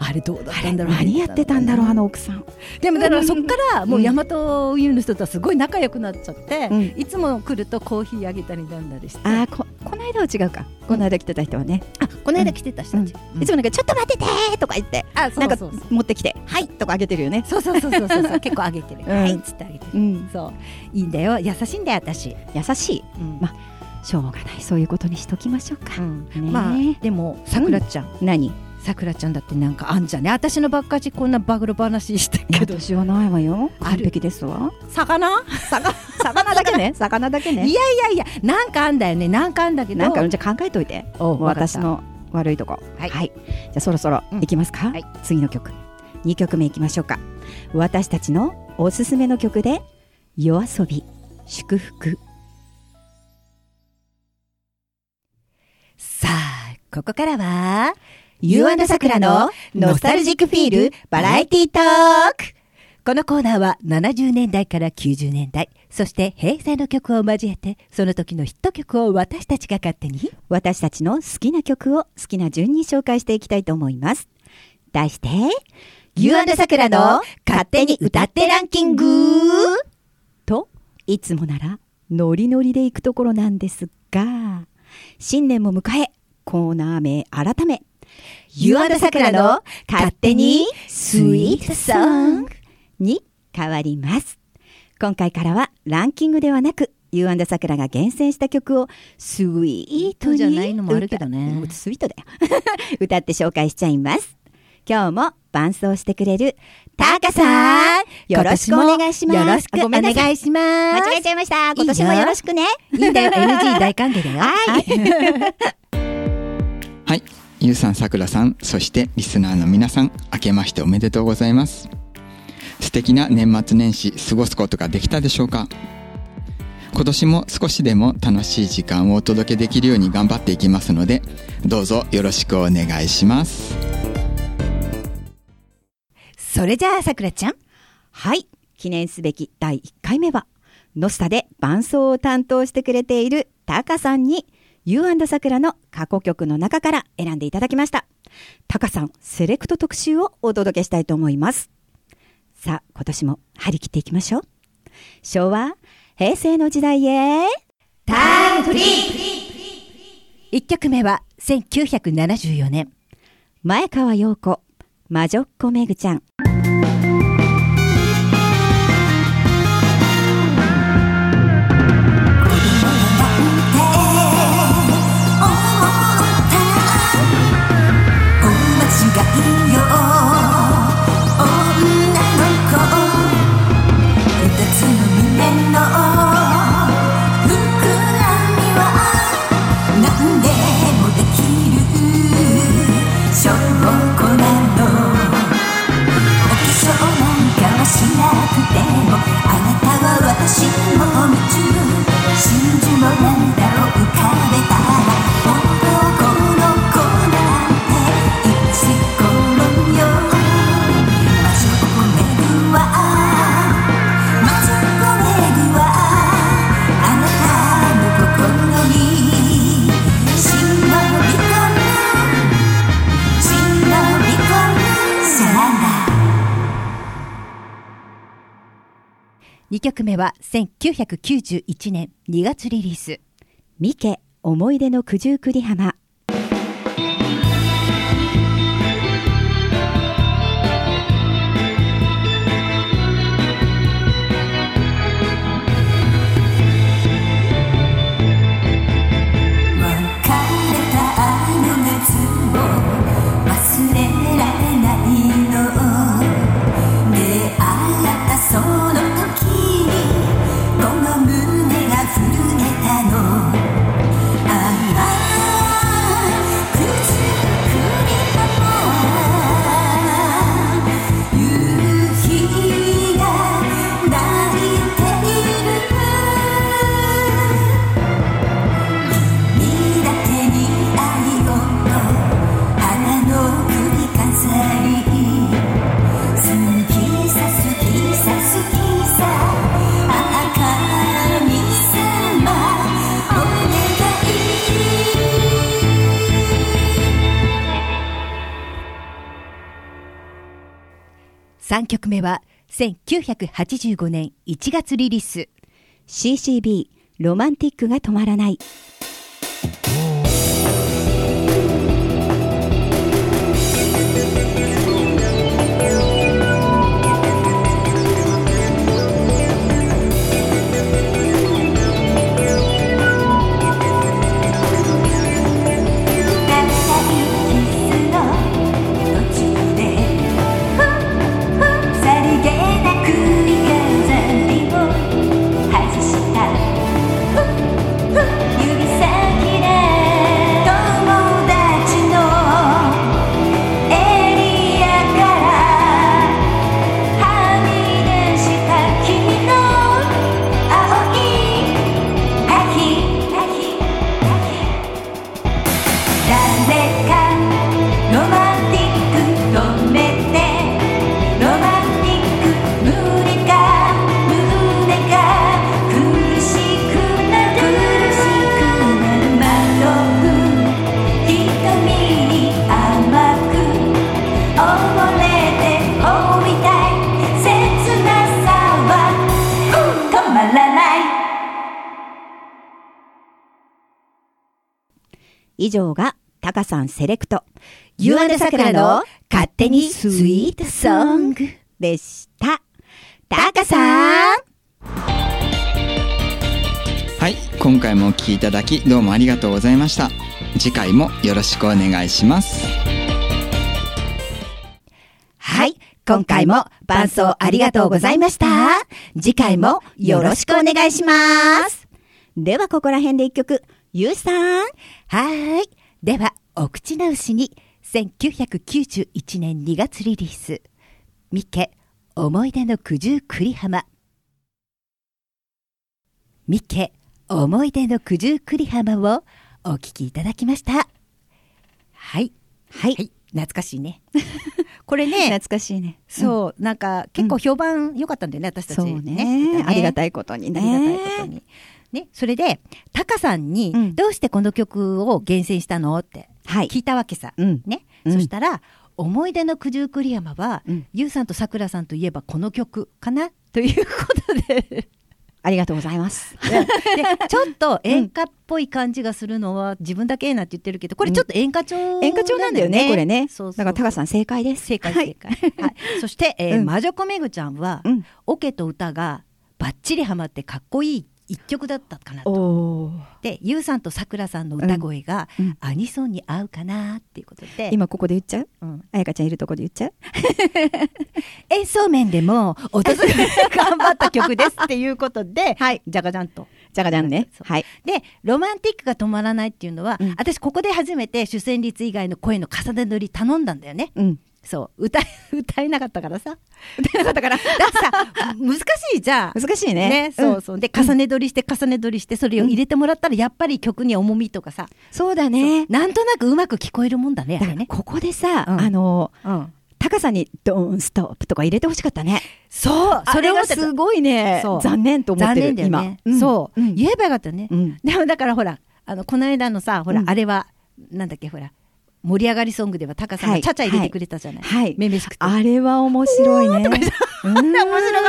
Speaker 3: あれどうだっ
Speaker 4: あ
Speaker 3: た
Speaker 4: れ
Speaker 3: んだろう
Speaker 4: 何やってたんだろうあの奥さん
Speaker 3: でもだからそっからも
Speaker 4: う
Speaker 3: うん大和運輸の人とはすごい仲良くなっちゃって、
Speaker 4: うん
Speaker 3: いつも来るとコーヒーあげたりなんだりして
Speaker 4: あーここの間は違うかこの間来てた人はね
Speaker 3: あこの間来てた人たち、
Speaker 4: うんいつもなんかちょっと待っててーとか言って
Speaker 3: あ
Speaker 4: なんか
Speaker 3: そうそう
Speaker 4: 持ってきてはいとかあげてるよね
Speaker 3: そうそうそうそうそう
Speaker 4: <laughs>
Speaker 3: そう結構あげてる、
Speaker 4: うん
Speaker 3: はいっつってあげてる、
Speaker 4: うん
Speaker 3: そういいんだよ優しいんだよ私、
Speaker 4: 優しい
Speaker 3: うん
Speaker 4: ましょうがないそういうことにしときましょうか
Speaker 3: うん
Speaker 4: ね
Speaker 3: まあでもさくらちゃん、
Speaker 4: 何い
Speaker 3: さくらちゃんだってなんかあんじゃね私のばっかしこんなバグロ話してる
Speaker 4: や
Speaker 3: けど
Speaker 4: 私はないわよ
Speaker 3: ある
Speaker 4: 完璧ですわ
Speaker 3: 魚
Speaker 4: 魚魚だけね <laughs> 魚だけね
Speaker 3: いやいやいやなんかあんだよねなんかあんだけど
Speaker 4: なんかじゃあ考えといて
Speaker 3: おわかった
Speaker 4: 私の悪いとこ
Speaker 3: はい
Speaker 4: じゃあそろそろ
Speaker 3: うん
Speaker 4: いきますか、
Speaker 3: はい
Speaker 4: 次の曲2曲目いきましょうか私たちのおすすめの曲で夜遊び祝福
Speaker 3: さあここからは
Speaker 4: You and 桜のノスタルジックフィールバラエティートーク
Speaker 3: このコーナーは70年代から90年代、そして平成の曲を交えて、その時のヒット曲を私たちが勝手に。
Speaker 4: 私たちの好きな曲を好きな順に紹介していきたいと思います。題して、
Speaker 3: You and 桜の勝手に歌ってランキング
Speaker 4: と、いつもならノリノリで行くところなんですが、新年も迎え、コーナー名改め、
Speaker 3: You and 桜の勝手にスイートソング
Speaker 4: に変わります。今回からはランキングではなく、You and 桜が厳選した曲をスイートに歌
Speaker 3: じゃないのもあるけどね
Speaker 4: うんスイートだよ。 <laughs> 歌って紹介しちゃいます。今日も伴奏してくれるタカさん、よろしくお願いします。
Speaker 3: よろしくお
Speaker 4: ごめんなさ
Speaker 3: 願いします。
Speaker 4: 間違えちゃいました。今年もよろしくね。
Speaker 3: いいん
Speaker 4: <laughs>
Speaker 3: だよ、NG 大歓迎だよ。はい。
Speaker 5: はい、ゆうさん、さくらさん、そしてリスナーの皆さん、明けましておめでとうございます。素敵な年末年始過ごすことができたでしょうか今年も少しでも楽しい時間をお届けできるように頑張っていきますので、どうぞよろしくお願いします。
Speaker 3: それじゃあ、さくらちゃん。
Speaker 4: はい。記念すべき第1回目は、ノスタで伴奏を担当してくれているタカさんに、You and 桜の過去曲の中から選んでいただきました。タカさん、セレクト特集をお届けしたいと思います。さあ、今年も張り切っていきましょう。昭和、平成の時代へ、
Speaker 3: 1曲目は1974年。
Speaker 4: 前川陽子、魔女っ子めぐちゃん。
Speaker 6: 証拠なのお化粧なんかはしなくてもあなたは私も夢中真珠も涙を浮かべたら男の子なんていつ頃よ魔女をめぐわ魔女をめぐわあなたの心に忍び込む忍び込むサランラ
Speaker 3: 2曲目は1991年2月リリース。
Speaker 4: ミケ、思い出の九十九里浜。
Speaker 6: 別れたあの夏を忘れられないの出会ったその時にこの胸が震えたの愛はくずくりと夕日が泣いている「君だけに愛をと花の首飾り」「すきさすきさすきさあかみさまお願い」
Speaker 3: 3曲目は1985年1月リリース。
Speaker 4: CCB、ロマンティックが止まらない。
Speaker 6: 「たった一キスの途中で」「さりげなく飾りを外した」「指先
Speaker 4: 以上が、タカさんセレクト、
Speaker 3: You and
Speaker 4: さく
Speaker 3: 桜
Speaker 4: ら
Speaker 3: の勝手にスイートソング
Speaker 4: でした。タカさん
Speaker 5: はい今回もお聴きいただきどうもありがとうございました次回もよろしくお願いします
Speaker 4: はい。今回も伴奏ありがとうございました。次回もよろしくお願いします。ではここら辺で一曲、ゆうさん。
Speaker 3: はーい。では、お口直しに、1991年2月リリース、ミケ、思い出の九十九里浜。ミケ、思い出の九十九里浜をお聞きいただきました。はい。はい。懐かしいね。こ <laughs> れね、
Speaker 4: かしいね。
Speaker 3: そう、なんか結構評判良かったんだよね、私たち。
Speaker 4: そうね。ありが
Speaker 3: い。
Speaker 4: たいことにね。
Speaker 3: ありがたいことに。ね、それで、タカさんに、
Speaker 4: うん
Speaker 3: どうしてこの曲を厳選したのって
Speaker 4: はい。
Speaker 3: 聞いたわけさ。
Speaker 4: うん。
Speaker 3: ね、
Speaker 4: うん
Speaker 3: そしたら「思い出の九十九里山は」
Speaker 4: うん
Speaker 3: ゆうさんとさくらさんといえばこの曲かなということ
Speaker 4: <laughs>
Speaker 3: で
Speaker 4: ありがとうございます。
Speaker 3: でちょっと演歌っぽい感じがするのは自分だけなんて言ってるけどこれちょっと演歌調なんだよね、
Speaker 4: 演歌調なんだよね、これね。
Speaker 3: そうそう
Speaker 4: だから、タカさん正解です。
Speaker 3: 正解
Speaker 4: は
Speaker 3: 正
Speaker 4: い。
Speaker 3: 解、はいそして、えー
Speaker 4: うん
Speaker 3: 魔女子めぐちゃんは、
Speaker 4: うん
Speaker 3: オケと歌がばっちりハマってかっこいい一曲だったかなと
Speaker 4: <laughs> おー
Speaker 3: でゆうさんとさくらさんの歌声が
Speaker 4: うんうん
Speaker 3: アニソンに合うかなっていうことで、
Speaker 4: 今ここで言っちゃう
Speaker 3: うん
Speaker 4: あやかちゃんいるとこで言っちゃう
Speaker 3: 演奏面でもお手伝い頑張った曲ですっていうこと
Speaker 4: <laughs>
Speaker 3: で、はい、じゃがじゃんと。
Speaker 4: じゃがじゃんね。
Speaker 3: そう
Speaker 4: はい。
Speaker 3: で、ロマンティックが止まらないっていうのは、
Speaker 4: うん
Speaker 3: 私ここで初めて主旋律以外の声の重ね取り頼んだんだよね。
Speaker 4: うん。
Speaker 3: そう、歌え、 <laughs> 歌えなかったからさ。
Speaker 4: なかったか
Speaker 3: だ
Speaker 4: ら。
Speaker 3: ってさ、難しいじ
Speaker 4: <laughs>
Speaker 3: ゃん。
Speaker 4: 難しいね。
Speaker 3: ね、
Speaker 4: うん
Speaker 3: そうそう。で、重ね取りして重ね取りして、それを入れてもらったら、やっぱり曲に重みとかさ、
Speaker 4: そうだね。
Speaker 3: なんとなくうまく聞こえるもんだね、あ
Speaker 4: だか
Speaker 3: れ
Speaker 4: ら
Speaker 3: ね。
Speaker 4: ここでさ、
Speaker 3: うん
Speaker 4: あの、
Speaker 3: うん。
Speaker 4: 高さにドーンストップとか入れてほしかったね。
Speaker 3: そう、そ
Speaker 4: そ
Speaker 3: れ
Speaker 4: れ
Speaker 3: を
Speaker 4: はすごいね
Speaker 3: そう、
Speaker 4: 残念と思っ
Speaker 3: 残
Speaker 4: てる、
Speaker 3: 念だよね。
Speaker 4: 今。
Speaker 3: そう、
Speaker 4: ん
Speaker 3: 言えばよかったね。
Speaker 4: うん
Speaker 3: でもだからほらあのこの間のさほら、
Speaker 4: うん
Speaker 3: あれはなんだっけほら盛り上がりソングではタカさん
Speaker 4: は
Speaker 3: が
Speaker 4: い
Speaker 3: ちゃちゃ入れてくれたじゃない、
Speaker 4: はい。
Speaker 3: めめしくて
Speaker 4: あれは面白
Speaker 3: <laughs>
Speaker 4: いね。面
Speaker 3: か
Speaker 4: 白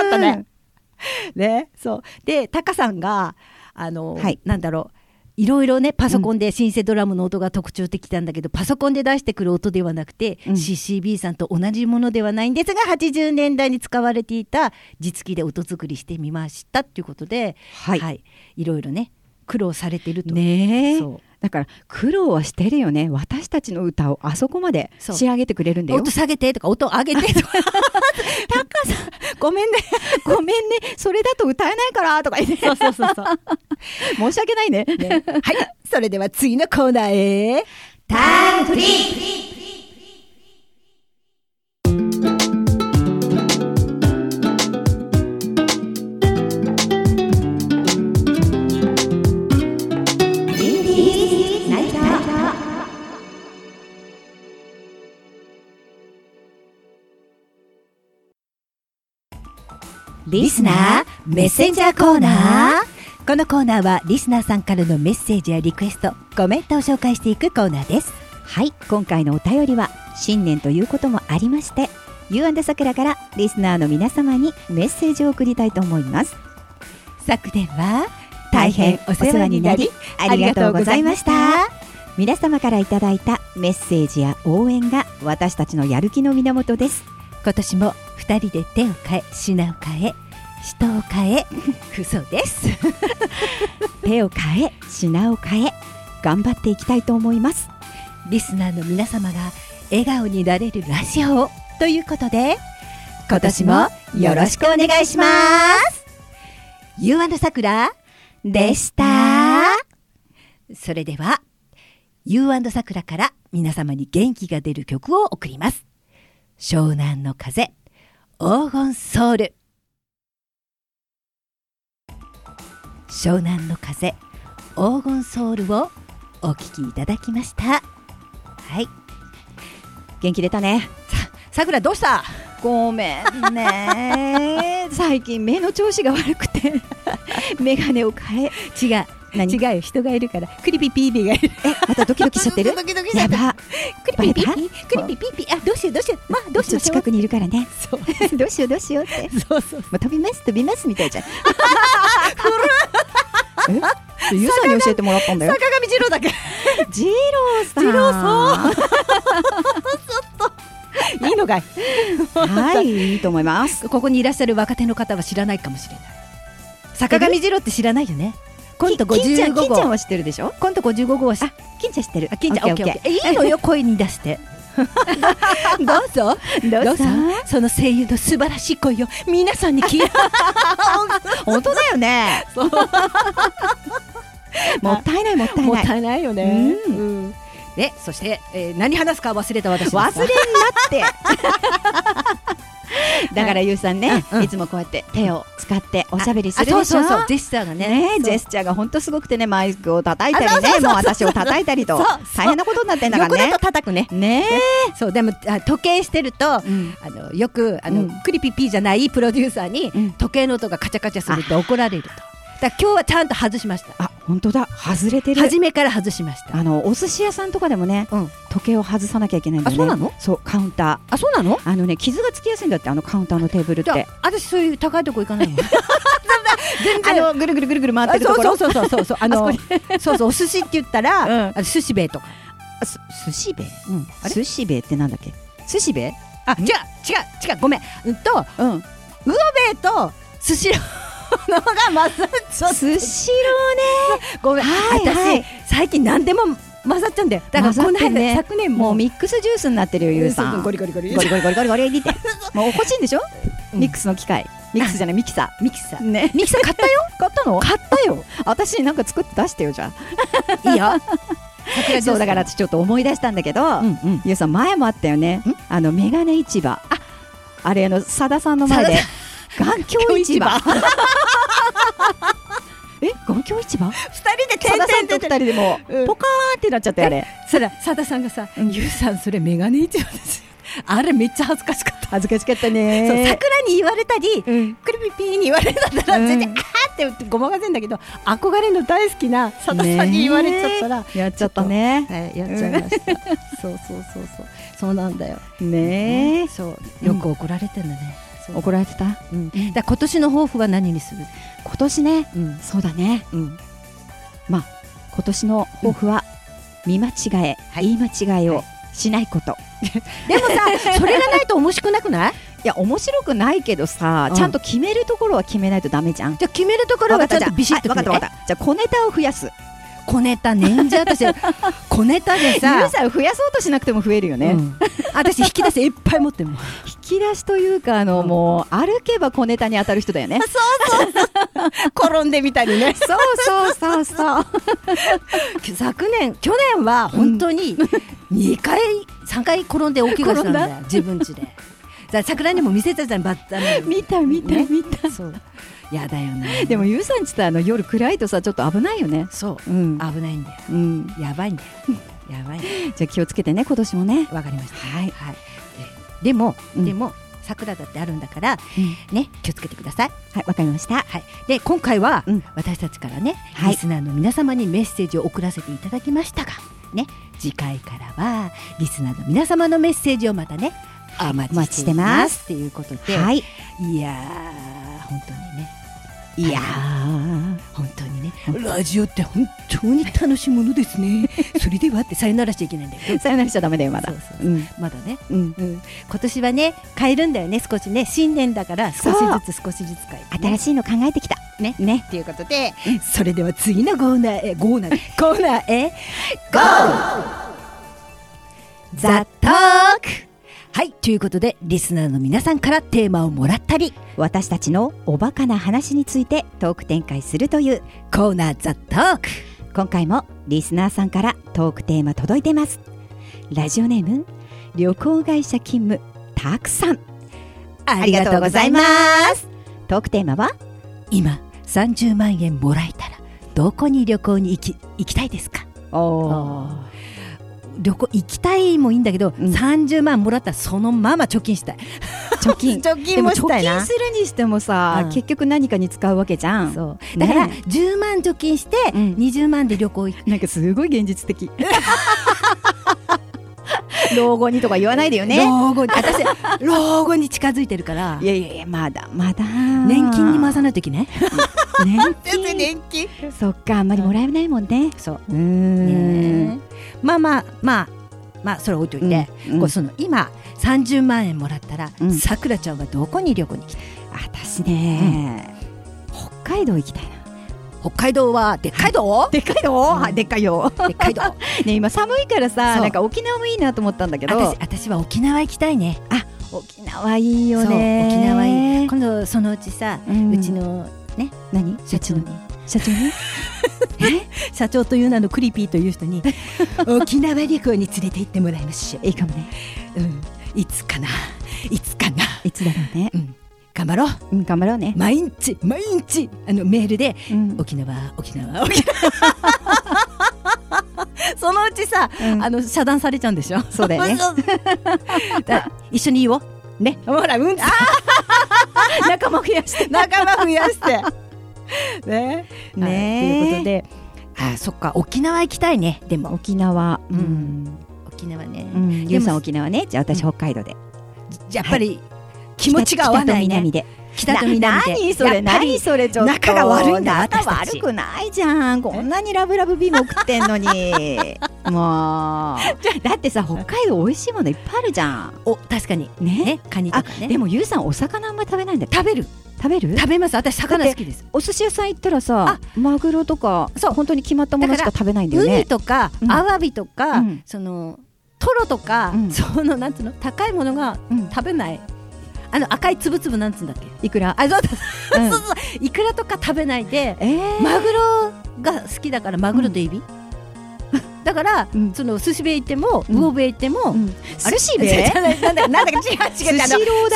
Speaker 3: ったね。 <laughs> ねそうでタカさんがあの、
Speaker 4: はい
Speaker 3: なんだろういろいろねパソコンでシンセドラムの音が特徴的なんだけど、パソコンで出してくる音ではなくて、
Speaker 4: うん
Speaker 3: CCB さんと同じものではないんですが80年代に使われていた実機で音作りしてみましたっていうことで、
Speaker 4: はい
Speaker 3: い、いろいろね苦労されてると
Speaker 4: ねえ
Speaker 3: そう。
Speaker 4: だから苦労はしてるよね。私たちの歌をあそこまで
Speaker 3: そう
Speaker 4: 仕上げてくれるんだよ
Speaker 3: 音。下げてとか音上げてとか
Speaker 4: 高さん、ごめんね。 <laughs> ごめんね。それだと歌えないからとか言って。
Speaker 3: <laughs> そうそうそう
Speaker 4: 申し訳ないね。
Speaker 3: はいそれでは次のコーナーへ
Speaker 2: タイムフリーインディーズナイター
Speaker 3: リスナーメッセンジャーコーナーこのコーナーはリスナーさんからのメッセージやリクエストコメントを紹介していくコーナーです
Speaker 4: はい、今回のお便りは新年ということもありまして、U& さくらからリスナーの皆様にメッセージを送りたいと思います。
Speaker 3: 昨年は
Speaker 4: 大変お世話になりありがとうございました
Speaker 3: ありがとうござい。
Speaker 4: 皆様からいただいたメッセージや応援が私たちのやる気の源です。
Speaker 3: 今年も二人で手を変え品を変え人を変え <laughs> 嘘です
Speaker 4: 手を変え、品を変え、頑張っていきたいと思います。
Speaker 3: リスナーの皆様が笑顔になれるラジオをということで今年もよろしくお願いしますゆうあのさくらでしたそれではゆうあのさくらから皆様に元気が出る曲を送ります湘南の風黄金ソウル湘南の風黄金ソウルをお聞きいただきましたはい
Speaker 4: 元気出たね。
Speaker 3: さくらどうした
Speaker 4: ごめん <laughs> ね。最近目の調子が悪く <laughs> て、メガネを変え、
Speaker 3: 違う
Speaker 4: 何
Speaker 3: 違うよ人がいるからクリピピービーがいる
Speaker 4: またドキドキしちゃってる
Speaker 3: ドキドキしちゃ
Speaker 4: や
Speaker 3: った
Speaker 4: ば。
Speaker 3: クリピピ
Speaker 4: バ
Speaker 3: ピ
Speaker 4: レ
Speaker 3: クリピピピあどうしようどうしようまあど
Speaker 4: ど
Speaker 3: う
Speaker 4: う
Speaker 3: しま
Speaker 4: しよう
Speaker 3: しょう
Speaker 4: 近くにいるからね
Speaker 3: そう
Speaker 4: <laughs> どうしようどうしようって
Speaker 3: そうそう
Speaker 4: まあ、飛びます飛びますみたい <laughs> じゃんえゆうさんに教えてもらったんだよ
Speaker 3: 坂上二郎だけ
Speaker 4: ジローさん。
Speaker 3: ジローさ
Speaker 4: ん。ちょっ <laughs> と。いいのかい。はい、いいと思います。
Speaker 3: ここにいらっしゃる若手の方は知らないかもしれない坂上二郎って知らないよねコント
Speaker 4: き金ちゃ
Speaker 3: 55
Speaker 4: ん、金ちゃん
Speaker 3: 号
Speaker 4: は知ってるでしょ。
Speaker 3: コント55号は知っ
Speaker 4: あ、金ちゃん知ってる。
Speaker 3: あ、金ちゃん、オッケーオッケー。いいの
Speaker 4: <laughs>
Speaker 3: よ、声に出して。どうぞ、
Speaker 4: どうぞ
Speaker 3: その声優の素晴らしい声を皆さんに
Speaker 4: <laughs>
Speaker 3: 聞いて
Speaker 4: 本当だよね。もったいない、もったい
Speaker 3: もっ
Speaker 4: ない。
Speaker 3: たいないよね。
Speaker 4: う
Speaker 3: うんで、そして、えー何話すか忘れた私ですが。
Speaker 4: 忘れんなって。 <laughs> だからゆうさんね、
Speaker 3: うんうん
Speaker 4: いつもこうやって手を使っておしゃべりす
Speaker 3: あ
Speaker 4: るでし
Speaker 3: そうそ
Speaker 4: ょ。
Speaker 3: うそう、ジェスチャーがね。
Speaker 4: ね
Speaker 3: そう
Speaker 4: ジェスチャーが本当すごくてね、マイクを叩いた
Speaker 3: あそ
Speaker 4: り
Speaker 3: うそうそう
Speaker 4: ね、
Speaker 3: そう
Speaker 4: もう私を叩いた <laughs> りと
Speaker 3: そうそう、
Speaker 4: 大変なことになってんだから
Speaker 3: 横だ
Speaker 4: ね
Speaker 3: と。叩くね。
Speaker 4: ね
Speaker 3: そう、でも、あ時計してると、
Speaker 4: うん
Speaker 3: あの、よく、あの、
Speaker 4: うん
Speaker 3: クリピピーじゃないプロデューサーに、
Speaker 4: うん
Speaker 3: 時計の音がカチャカチャするって怒られると。だから今日はちゃんと外しました。
Speaker 4: あ、本当だ、外れてる。
Speaker 3: 初めから外しました。
Speaker 4: あの、お寿司屋さんとかでもね、
Speaker 3: うん
Speaker 4: 時計を外さなきゃいけないんだよ
Speaker 3: あそ
Speaker 4: ね。
Speaker 3: うなの
Speaker 4: そう、カウンタ
Speaker 3: あ、そうなの
Speaker 4: ー。あのね、傷がつきやすいんだって、あのカウンターのテーブルっ
Speaker 3: じゃ
Speaker 4: て
Speaker 3: あ。、私そういう高いとこ行か <laughs> ないの全
Speaker 4: あ
Speaker 3: 然
Speaker 4: の、ぐるぐるぐるぐる回っ
Speaker 3: あ
Speaker 4: てるところ。
Speaker 3: そうそうそうそうそうあの
Speaker 4: あ
Speaker 3: <laughs> そ
Speaker 4: そ
Speaker 3: うそうお寿司って言ったら、
Speaker 4: うん
Speaker 3: あの寿司べとか、
Speaker 4: あす寿司べ
Speaker 3: うん、あれ
Speaker 4: 寿司べってなんだっけ寿司べ
Speaker 3: あ違う違う違うごめんうんと
Speaker 4: うん。
Speaker 3: べと寿司の方がまさ
Speaker 4: 寿司ろうね。
Speaker 3: ごめん、
Speaker 4: はいはい
Speaker 3: 私最近何でも混ざっちゃうんだよだからこの
Speaker 4: 混ざ
Speaker 3: 間、
Speaker 4: ってね
Speaker 3: 昨年
Speaker 4: も
Speaker 3: も
Speaker 4: うミックスジュースになってるよ、ゆうさん。
Speaker 3: ゴリゴリゴリ
Speaker 4: ゴリゴリゴリゴリゴリ <laughs> って。もう欲しいんでしょ、
Speaker 3: うん
Speaker 4: ミックスの機械。ミックスじゃない、ミキサ
Speaker 3: ミキサ
Speaker 4: ー。
Speaker 3: ー
Speaker 4: ね。
Speaker 3: ミキサー買
Speaker 4: <laughs>
Speaker 3: ったよ
Speaker 4: 買ったの
Speaker 3: 買ったよ
Speaker 4: 私なんか作って出してよ、じゃ
Speaker 3: いい
Speaker 4: <laughs>
Speaker 3: よ
Speaker 4: あ。そう、だから
Speaker 3: う
Speaker 4: 私ちょっと思い出したんだけど、
Speaker 3: んうん
Speaker 4: ゆうさん前もあったよね。あの、メガネ市場。あ、あれ、あの、さださんの前で。 <laughs> 眼鏡市場。え、眼鏡市場
Speaker 3: 二人で
Speaker 4: さださんと二人でも
Speaker 3: う
Speaker 4: うんポカーンってなっちゃってあれ
Speaker 3: そらさださんがさ「ゆうさんそれメガネ一番ですよ」あれめっちゃ恥ずかしかった。
Speaker 4: 恥ずかしかったね
Speaker 3: そう桜に言われたり、
Speaker 4: うん
Speaker 3: くるぴぴーに言われたら
Speaker 4: うん
Speaker 3: 全然、あーってごまかせんだけど憧れの大好きなさださんに言われちゃったら、
Speaker 4: ねえやっちゃったね
Speaker 3: はい、やっちゃいました、そうそうそうそうそうなんだよ、
Speaker 4: ねえ
Speaker 3: そうよく怒られてんだね、そう
Speaker 4: 怒られてた
Speaker 3: うんだから今年の抱負は何にする、
Speaker 4: 今年ね
Speaker 3: うん
Speaker 4: そうだね
Speaker 3: うん、
Speaker 4: まあ今年の抱負は見間違え言い間違えをしないこと
Speaker 3: でもさそれがないと面白くなく <laughs> ない
Speaker 4: いや面白くないけどさ
Speaker 3: うん
Speaker 4: ちゃんと決めるところは決めないとダメじゃん
Speaker 3: じゃあ決めるところはちゃんとビシッと
Speaker 4: わかったわかったじゃあ小ネタを増やす
Speaker 3: た小ネタ年じゃ私 <laughs> 小ネタで
Speaker 4: ユ
Speaker 3: さ
Speaker 4: ーザー増やそうとしなくても増えるよね、
Speaker 3: うん私引き出せいっぱい持ってるもん
Speaker 4: 引き出しというかあの、もう歩けば小ネタに当たる人だよね
Speaker 3: <laughs> 転んでみた <laughs> りね
Speaker 4: そうそうそうそう
Speaker 3: <laughs> 昨年去年は本当に2回、3回転んで大きい声したんだよ自分家で <laughs> さ桜にも見せたじゃんバッター
Speaker 4: <laughs> 見た見た
Speaker 3: ね
Speaker 4: 見た、
Speaker 3: そうやだよね
Speaker 4: でもゆうさんちってあの夜暗いとさちょっと危ないよね
Speaker 3: そう
Speaker 4: うん
Speaker 3: 危ないんだよ
Speaker 4: うん
Speaker 3: やばいんだよやばいんだよ
Speaker 4: じゃあ気をつけてね今年もね
Speaker 3: わかりました
Speaker 4: はい
Speaker 3: はいででも、
Speaker 4: うん
Speaker 3: でも桜だってあるんだからね気をつけてください
Speaker 4: はいわかりました
Speaker 3: はいで今回は、
Speaker 4: うん
Speaker 3: 私たちからね、
Speaker 4: はい
Speaker 3: リスナーの皆様にメッセージを送らせていただきましたがね次回からはリスナーの皆様のメッセージをまたねお待ちしていま
Speaker 4: お待ちしてますす
Speaker 3: っていうことで、
Speaker 4: はい
Speaker 3: いやー本当にね
Speaker 4: いや
Speaker 3: 本当にねラジオって本当に楽しいものです <laughs> ねそれではってさよならしちゃいけないんだけ
Speaker 4: ー
Speaker 3: ど
Speaker 4: さよならしちゃダメだよまだ
Speaker 3: そうそうそう
Speaker 4: うん
Speaker 3: まだね
Speaker 4: うん
Speaker 3: 今年はね変えるんだよね少しね新年だから少
Speaker 4: そう
Speaker 3: しずつ少しずつ変えて、ね、
Speaker 4: 新しいの考えてきたねね
Speaker 3: ということで、それでは次のコーナーへ、コーナー、コーナーへ、ゴーザ・トークはい、ということで、リスナーの皆さんからテーマをもらったり、
Speaker 4: 私たちのおバカな話についてトーク展開するという
Speaker 3: コーナーザ・トーク
Speaker 4: 今回もリスナーさんからトークテーマ届いてますラジオネーム旅行会社勤務たくさん
Speaker 3: あ。
Speaker 4: ありがとうございますすトークテーマは
Speaker 3: 今、30万円もらえたら、どこに旅行に行き、行きたいですか
Speaker 4: お
Speaker 3: ー旅行行きたいもいいんだけど、
Speaker 4: うん
Speaker 3: 30万もらったらそのまま貯金したい。
Speaker 4: 貯金
Speaker 3: <laughs> 貯金もしたいな
Speaker 4: でも貯金するにしてもさ、
Speaker 3: うん
Speaker 4: 結局何かに使うわけじゃん
Speaker 3: そう。だから、
Speaker 4: ね
Speaker 3: 10万貯金して、
Speaker 4: うん
Speaker 3: 20万で旅行
Speaker 4: <laughs>
Speaker 3: 行く。
Speaker 4: なんかすごい現
Speaker 3: <laughs>
Speaker 4: 実的老後にとか言わないでよね
Speaker 3: 老後に、私、老後に近づいてるから
Speaker 4: い、やいやいやまだまだ
Speaker 3: 年金に回
Speaker 4: <laughs>
Speaker 3: さないといけない。
Speaker 4: 年金そっかあんまりもらえないもんね
Speaker 3: そう。
Speaker 4: うーん
Speaker 3: ねまあまあまあまあそれ置いといて、
Speaker 4: うんうん
Speaker 3: こうその今30万円もらったら
Speaker 4: うん
Speaker 3: さくらちゃんはどこに旅行に行きたい
Speaker 4: 私ね、北海道行きたいな
Speaker 3: 北海道はでっかい <laughs> 道
Speaker 4: でっかいの、
Speaker 3: うん
Speaker 4: はいでっかいよ
Speaker 3: でっかい道
Speaker 4: ね今寒いからさ
Speaker 3: そう
Speaker 4: なんか沖縄もいいなと思ったんだけど
Speaker 3: 私私は沖縄行きたいね
Speaker 4: 沖縄いいよ
Speaker 3: そう
Speaker 4: ね
Speaker 3: 沖縄いい今度そのうちさ、う
Speaker 4: うん
Speaker 3: ちの
Speaker 4: 何
Speaker 3: 社長に
Speaker 4: 社長に
Speaker 3: 社長という名のクリピーという人に沖縄旅行に連れて行ってもらいましょ
Speaker 4: いいかもね
Speaker 3: う、うん、いつかないつかない
Speaker 4: つだろうね、
Speaker 3: うん頑張ろう
Speaker 4: うん、頑張ろうね、
Speaker 3: 毎日毎日あのメールで
Speaker 4: うん
Speaker 3: 沖縄沖縄 <laughs> 沖縄そのうちさ、
Speaker 4: うん
Speaker 3: あの遮断されちゃうんでしょ
Speaker 4: そ
Speaker 3: <laughs>
Speaker 4: うだよね
Speaker 3: そう <laughs> だ一緒に言おうねほらうんあ
Speaker 4: 仲間増やして
Speaker 3: <laughs> 仲間増やして <laughs> ねはいとい
Speaker 4: ね
Speaker 3: うことであそっか沖縄行きたいねでも
Speaker 4: 沖縄う
Speaker 3: うん
Speaker 4: ん、
Speaker 3: 沖縄ね、
Speaker 4: うん、ゆうさん
Speaker 3: でも
Speaker 4: 沖縄ねじゃあ私北海道で
Speaker 3: やっぱり気持ちが合わないね
Speaker 4: 北と
Speaker 3: 北と
Speaker 4: 南で
Speaker 3: 南で
Speaker 4: な何そ
Speaker 3: や
Speaker 4: れ
Speaker 3: っぱり
Speaker 4: 何それちょっと
Speaker 3: 仲が悪いんだ
Speaker 4: 仲
Speaker 3: 私たち
Speaker 4: 悪くないじゃんこんなにラブラブビーム送ってん
Speaker 3: <laughs>
Speaker 4: のにもうだってさ北海道美味しいものいっぱいあるじゃん
Speaker 3: お確かに
Speaker 4: ね
Speaker 3: ねカニと
Speaker 4: あ
Speaker 3: かね
Speaker 4: でもゆうさんお魚あんま食べないんだ
Speaker 3: 食べる
Speaker 4: 食べる
Speaker 3: 食べます私魚好きです
Speaker 4: お寿司屋さん行ったらさマグロとか
Speaker 3: そう
Speaker 4: 本当に決まったものしか食べないんだよ
Speaker 3: ウニ
Speaker 4: ね
Speaker 3: とか、
Speaker 4: うん
Speaker 3: アワビとか、
Speaker 4: うん
Speaker 3: そのトロとか、
Speaker 4: うん
Speaker 3: そのなんつうの高いものが
Speaker 4: うん
Speaker 3: 食べない、あの赤いつぶつぶなんつうんだっけ
Speaker 4: いくら
Speaker 3: あそうだ、
Speaker 4: うん
Speaker 3: そうそういくらとか食べないで
Speaker 4: えー
Speaker 3: マグロが好きだからマグロとエビ、だから、
Speaker 4: うん
Speaker 3: その寿司部屋行っても、
Speaker 4: うん
Speaker 3: 魚部屋行っても、
Speaker 4: うん
Speaker 3: あ <laughs> れ
Speaker 4: 寿司べ
Speaker 3: 違う違うなんだなんだか違う違う
Speaker 4: スシローだ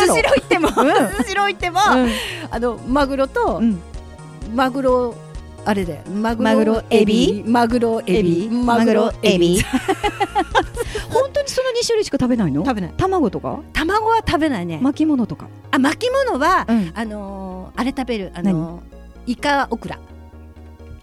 Speaker 3: ス
Speaker 4: ろ
Speaker 3: シロー行っても、スシロー行っても、
Speaker 4: うん
Speaker 3: あのマグロと、
Speaker 4: うん
Speaker 3: マグロあれだよマグロ
Speaker 4: マグロエビ
Speaker 3: マグロエビ
Speaker 4: マグロエビ <laughs> 本当にその2種類しか食べないの
Speaker 3: 食べない
Speaker 4: 卵とか
Speaker 3: 卵は食べないね、
Speaker 4: 巻物とか
Speaker 3: あ巻物は、
Speaker 4: うん
Speaker 3: あのーあれ食べるあのーイカオクラ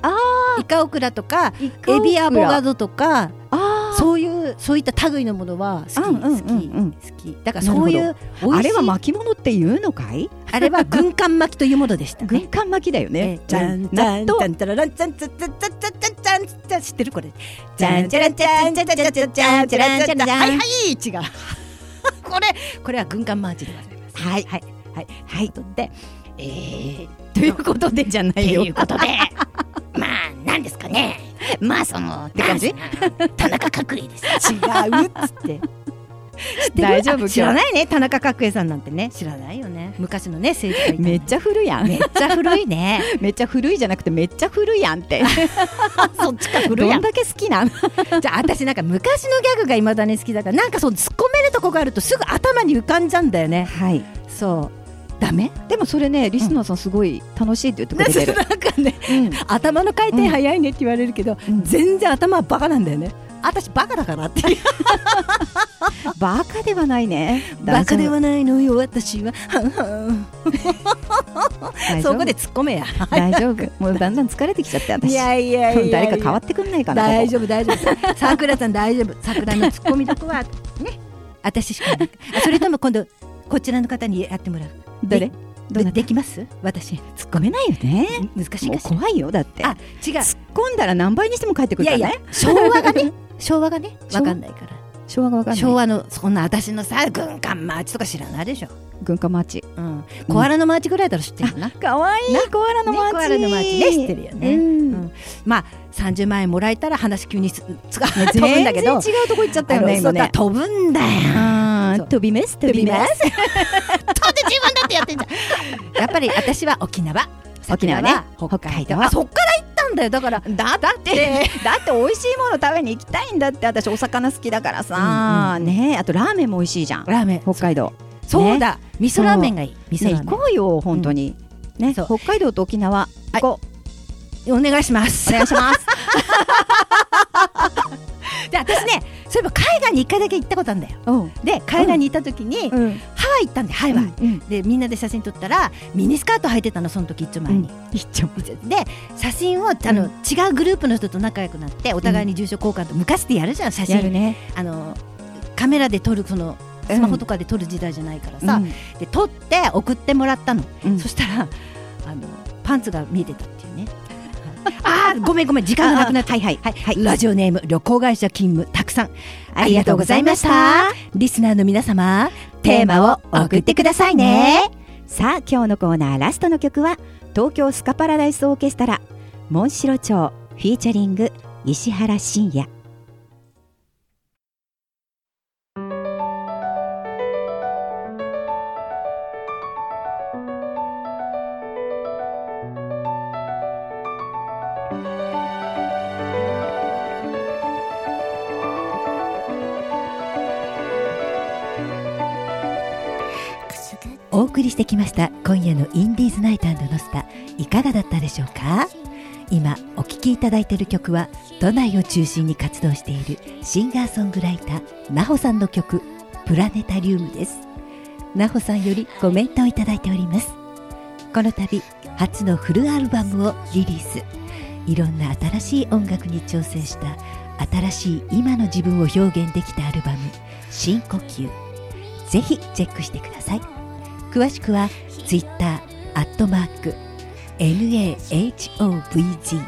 Speaker 4: あ
Speaker 3: イカオクラとか
Speaker 4: エ
Speaker 3: エビアボガドとか
Speaker 4: あー
Speaker 3: そういうそういった類のものは好き、
Speaker 4: うんうんうんうん
Speaker 3: 好き好きだからそうい
Speaker 4: な
Speaker 3: う美味しい
Speaker 4: あれは巻物って言うのかい
Speaker 3: あれは軍艦巻きというものでしたね
Speaker 4: 軍艦巻きだよね
Speaker 3: じゃんじゃんじ
Speaker 4: 納
Speaker 3: ゃ
Speaker 4: 豆
Speaker 3: んじゃららんじゃんじゃんじゃんじゃんじゃんじゃんじゃんじゃん知ってるこれ
Speaker 4: じゃんじゃらんじゃんじゃんじゃんじゃんじゃんじゃらんじゃんじゃん
Speaker 3: はいはい違うこれこれは軍艦マーチでございますはいはいはいはいとでえー
Speaker 4: ということでじゃな
Speaker 3: と
Speaker 4: いよ
Speaker 3: いうことで <laughs> まあなんですかね
Speaker 4: まあそのって感じ
Speaker 3: 田中角栄です <laughs>
Speaker 4: 違うっつって大丈夫
Speaker 3: 知ら
Speaker 4: 今
Speaker 3: ないね田中角栄さんなんてね知らないよね昔のね政治家いた
Speaker 4: 日めっちゃ古いやん
Speaker 3: めっちゃ古い <laughs> ね
Speaker 4: めっちゃ古いじゃなくてめっちゃ古いやんって
Speaker 3: そっちか
Speaker 4: どんだけ好きなん
Speaker 3: <laughs> じゃあ私なんか昔のギャグがいまだに好きだからなんかそう突っ込めるとこがあるとすぐ頭に浮かんじゃうんだよね
Speaker 4: はい
Speaker 3: そうダメ
Speaker 4: でもそれねリスナーさんすごい楽しいって言ってくれて
Speaker 3: <laughs>
Speaker 4: る
Speaker 3: なんかね
Speaker 4: うん
Speaker 3: 頭の回転早いねって言われるけど、
Speaker 4: うん
Speaker 3: 全然頭はバカなんだよね私バカだからって
Speaker 4: バカではないね
Speaker 3: バカではないのよ私は
Speaker 4: 大丈
Speaker 3: そ
Speaker 4: 夫
Speaker 3: こで突っ込めや
Speaker 4: 大丈夫もうだんだん疲れてきちゃって私
Speaker 3: いや
Speaker 4: <laughs> 誰か変わってくんないかな
Speaker 3: 大
Speaker 4: 丈
Speaker 3: 丈夫大丈夫さくらさん大丈夫さくらの突っ込みどこはね私しかいないあそれとも今度こちらの方にやってもらう
Speaker 4: 誰
Speaker 3: で
Speaker 4: ど
Speaker 3: で
Speaker 4: なた
Speaker 3: できます私
Speaker 4: 突っ込めないよね
Speaker 3: 難しいかし
Speaker 4: もう
Speaker 3: ら
Speaker 4: 怖いよだって
Speaker 3: あ違う
Speaker 4: 突っ込んだら何倍にしても帰ってく
Speaker 3: い
Speaker 4: るか
Speaker 3: や
Speaker 4: ら
Speaker 3: い
Speaker 4: ね <laughs>
Speaker 3: や昭和がね昭和がね
Speaker 4: 昭
Speaker 3: わ
Speaker 4: 和
Speaker 3: かんないから
Speaker 4: 昭和がわかんない
Speaker 3: 昭和のそんな私のさ軍艦マーチとか知らないでしょ、
Speaker 4: 軍艦マーチ
Speaker 3: うん、コアラのマーチぐらいだろ知ってるよな、
Speaker 4: かわいいコアラのマー
Speaker 3: ね
Speaker 4: チ
Speaker 3: コアラのマーチね知ってるよね
Speaker 4: う
Speaker 3: う
Speaker 4: ん
Speaker 3: んまあ30万円もらえたら話急にすつか、 <laughs> 飛ぶん
Speaker 4: 全
Speaker 3: だ
Speaker 4: 然
Speaker 3: け
Speaker 4: 違
Speaker 3: ど
Speaker 4: うとこ行っちゃったよ
Speaker 3: あの
Speaker 4: ね今
Speaker 3: そうだ
Speaker 4: ね
Speaker 3: 飛ぶんだよ
Speaker 4: あー
Speaker 3: そう
Speaker 4: 飛びます飛びます
Speaker 3: す飛んで自分だってやってんじゃん <laughs> やっぱり私は沖縄
Speaker 4: 沖縄ね
Speaker 3: 桜は北海
Speaker 4: 北海
Speaker 3: 道
Speaker 4: 道
Speaker 3: あそっから行ったんだよだから
Speaker 4: だって
Speaker 3: <laughs>
Speaker 4: だって美味しいもの食べに行きたいんだって私お魚好きだからさ
Speaker 3: うんうん
Speaker 4: ねあとラーメンも美味しいじゃん
Speaker 3: ラーメン
Speaker 4: 北海道
Speaker 3: そうだ、味噌ラーメンがいい味噌
Speaker 4: ね
Speaker 3: ラーメ
Speaker 4: 行
Speaker 3: ン、
Speaker 4: こうよ本当にね
Speaker 3: そう
Speaker 4: 北海道と沖縄行こう
Speaker 3: お願いします <laughs>
Speaker 4: お願いします
Speaker 3: で私ねそういえば海外に一回だけ行ったことあるんだよ
Speaker 4: うん
Speaker 3: で海外に行った時に、
Speaker 4: うん
Speaker 3: ハワイ行ったんでハワイは、
Speaker 4: うん
Speaker 3: でみんなで写真撮ったらミニスカート履いてたのその時一丁前に、
Speaker 4: 一応
Speaker 3: で写真をあの、
Speaker 4: うん
Speaker 3: 違うグループの人と仲良くなってお互いに住所交換と昔ってやるじゃん写
Speaker 4: やる
Speaker 3: 真、
Speaker 4: ね
Speaker 3: あのカメラで撮るそのスマホとかで撮る時代じゃないからさ、で撮って送ってもらったの、
Speaker 4: うん
Speaker 3: そしたらあのパンツが見えてたっていうねああーごめんごめん時間がなくなった
Speaker 4: あーはいはいはい
Speaker 3: ラジオネーム旅行会社勤務たくさんあ
Speaker 4: あ
Speaker 3: り
Speaker 4: り
Speaker 3: が
Speaker 4: が
Speaker 3: と
Speaker 4: と
Speaker 3: う
Speaker 4: う
Speaker 3: ご
Speaker 4: ご
Speaker 3: ざ
Speaker 4: ざ
Speaker 3: い
Speaker 4: い
Speaker 3: ま
Speaker 4: ま
Speaker 3: し
Speaker 4: したた
Speaker 3: リスナーの皆様テーマを送ってくださいね
Speaker 4: さあ今日のコーナーラストの曲は東京スカパラダイスオーケストラモンシロチョウフィーチャリング石原信也
Speaker 3: お送りしてきました今夜のインディーズナイトノスタいかがだったでしょうか今お聴きいただいている曲は都内を中心に活動しているシンガーソングライターなほさんの曲プラネタリウムですなほさんよりコメントをいただいておりますこの度初のフルアルバムをリリースいろんな新しい音楽に挑戦した新しい今の自分を表現できたアルバム「深呼吸」ぜひチェックしてください詳しくはツイッターアットマーク NAHOVG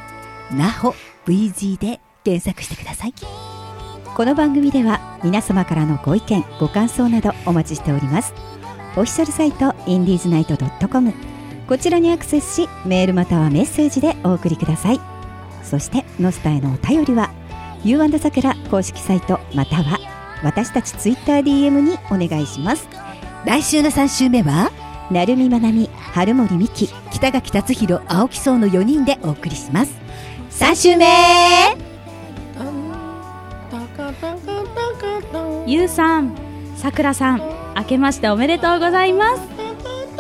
Speaker 3: なほ VG で検索してください
Speaker 4: この番組では皆様からのご意見ご感想などお待ちしておりますオフィシャルサイトインディーズナイト .com こちらにアクセスしメールまたはメッセージでお送りくださいそしてノスタへのお便りは U& さくら公式サイトまたは私たちツイッター DM にお願いします
Speaker 3: 来週の3週目は
Speaker 4: なるみまなみ春森美希
Speaker 3: 北垣達弘青木荘の4人でお送りします3週目
Speaker 7: ゆうさん、さくらさん、明けましておめでとうございます。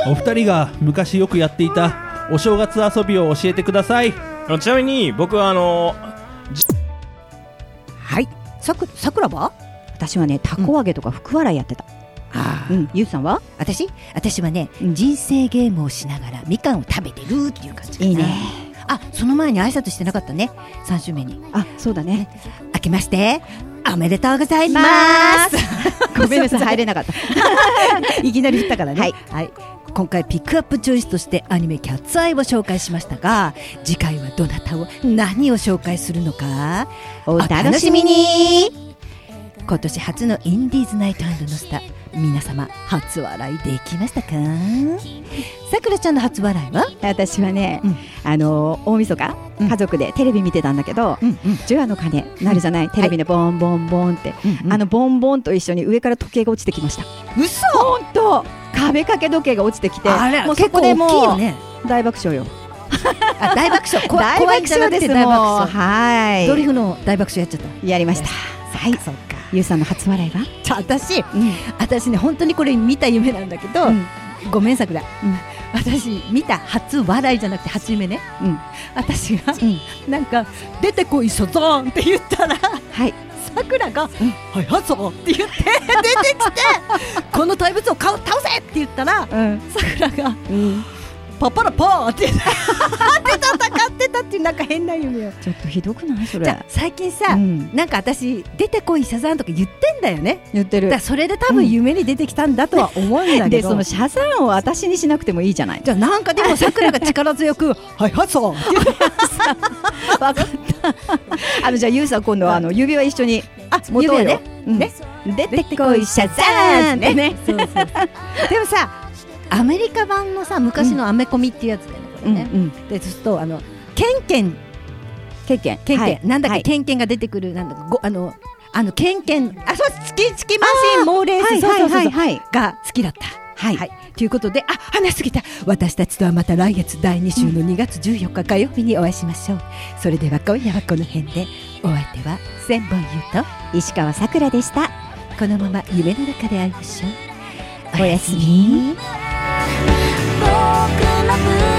Speaker 8: お二人が昔よくやっていたお正月遊びを教えてください
Speaker 9: ちなみに僕はあの
Speaker 3: はいさくさくらは
Speaker 4: 私はねたこ揚げとか福笑いやってた、
Speaker 3: あ
Speaker 4: うんゆうさんは
Speaker 3: 私私はね、
Speaker 4: うん
Speaker 3: 人生ゲームをしながらみかんを食べてるっていう感じかない
Speaker 4: いね
Speaker 3: あその前に挨拶してなかったね3週目に
Speaker 4: あそうだね
Speaker 3: 明けましておめでとうございま
Speaker 4: ます <laughs> ごめんなさい入れなかった
Speaker 3: <laughs>
Speaker 4: いきなり振ったからね
Speaker 3: はい、今回ピックアップチョイスとしてアニメ「キャッツアイ」を紹介しましたが次回はどなたを何を紹介するのか
Speaker 4: お楽しみ
Speaker 3: に今年初のインディーズナイトノスタ皆様初笑いできましたかさくらちゃんの初笑いは
Speaker 4: 私はね、
Speaker 3: うん
Speaker 4: あの大晦日
Speaker 3: うん
Speaker 4: 家族でテレビ見てたんだけど
Speaker 3: うんうん
Speaker 4: 「除夜の鐘」なるじゃない、テレビでボンボンボンって、
Speaker 3: うん
Speaker 4: あのボンボンと一緒に上から時計が落ちてきました
Speaker 3: 嘘
Speaker 4: 本当壁掛け時計が落ちてきて
Speaker 3: あれ
Speaker 4: もう
Speaker 3: 結
Speaker 4: そ
Speaker 3: 構
Speaker 4: こで
Speaker 3: 大きい
Speaker 4: も
Speaker 3: よ
Speaker 4: う
Speaker 3: ね
Speaker 4: 大爆笑よ
Speaker 3: あ大爆笑こわ
Speaker 4: <laughs> 大
Speaker 3: 怖いん
Speaker 4: 爆
Speaker 3: じゃな
Speaker 4: 笑
Speaker 3: く
Speaker 4: で
Speaker 3: て
Speaker 4: す
Speaker 3: 大
Speaker 4: もう
Speaker 3: 爆笑
Speaker 4: はい
Speaker 3: ドリフの大爆笑やっちゃった
Speaker 4: やりましたはい
Speaker 3: そっか
Speaker 4: ゆうさんの初笑いは、
Speaker 3: じゃあ私
Speaker 4: うん
Speaker 3: 私ね本当にこれ見た夢なんだけど、
Speaker 4: うん
Speaker 3: ごめん桜、
Speaker 4: うん
Speaker 3: 私見た初笑いじゃなくて初夢ね、
Speaker 4: うん
Speaker 3: 私が、
Speaker 4: ん
Speaker 3: なんか出てこい所存って言ったら
Speaker 4: はい
Speaker 3: 桜が「はいはそう」って言って <laughs> 出てきて「この怪物を顔倒せ!」って言ったら
Speaker 4: うん
Speaker 3: 桜が
Speaker 4: うん、
Speaker 3: 「パパラパー!」って <laughs> って戦ってたっていうなんか変な夢よ
Speaker 4: ちょっとひどくないそれ
Speaker 3: じゃあ最近さ、
Speaker 4: うん
Speaker 3: なんか私出てこいサザンとか言ってんだよね
Speaker 4: 言って
Speaker 3: だ
Speaker 4: る
Speaker 3: からそれで多分夢に出てきたんだとは思うんだけど、
Speaker 4: でそのシャザーンを私にしなくてもいいじゃない
Speaker 3: じゃあなんかでもさくらが力強
Speaker 4: <laughs>
Speaker 3: く「はいはいそう」って言って
Speaker 4: わかった。 <laughs> あのじゃあゆうさん今度はあの指輪一緒に
Speaker 3: あ
Speaker 4: 持とうよ。
Speaker 3: ね
Speaker 4: うん
Speaker 3: ね
Speaker 4: 出てこいシャザーンってね。
Speaker 3: そうそうそうでもさアメリカ版のさ昔のアメコミっていうやつだよねこれ
Speaker 4: うんう
Speaker 3: ね、
Speaker 4: ん。
Speaker 3: でそうするとあのケンケン
Speaker 4: ケンケン
Speaker 3: ケンケン、
Speaker 4: はい
Speaker 3: なんだっけ、
Speaker 4: はい
Speaker 3: ケンケンが出てくるなんだごあのあのケンケンあそうチキチキマシンモーレース、
Speaker 4: はい
Speaker 3: そう
Speaker 4: は
Speaker 3: そ
Speaker 4: いう
Speaker 3: そう
Speaker 4: は
Speaker 3: そ
Speaker 4: いうはい。
Speaker 3: が好きだった。
Speaker 4: はい
Speaker 3: ということであ話しすぎた私たちとはまた来月第2週の2月14日火曜日にお会いしましょうそれでは今夜はこの辺でお相手は千本優と
Speaker 4: 石川さくらでした。
Speaker 3: このまま夢の中で会いましょう
Speaker 4: おやすみ。
Speaker 6: 僕の分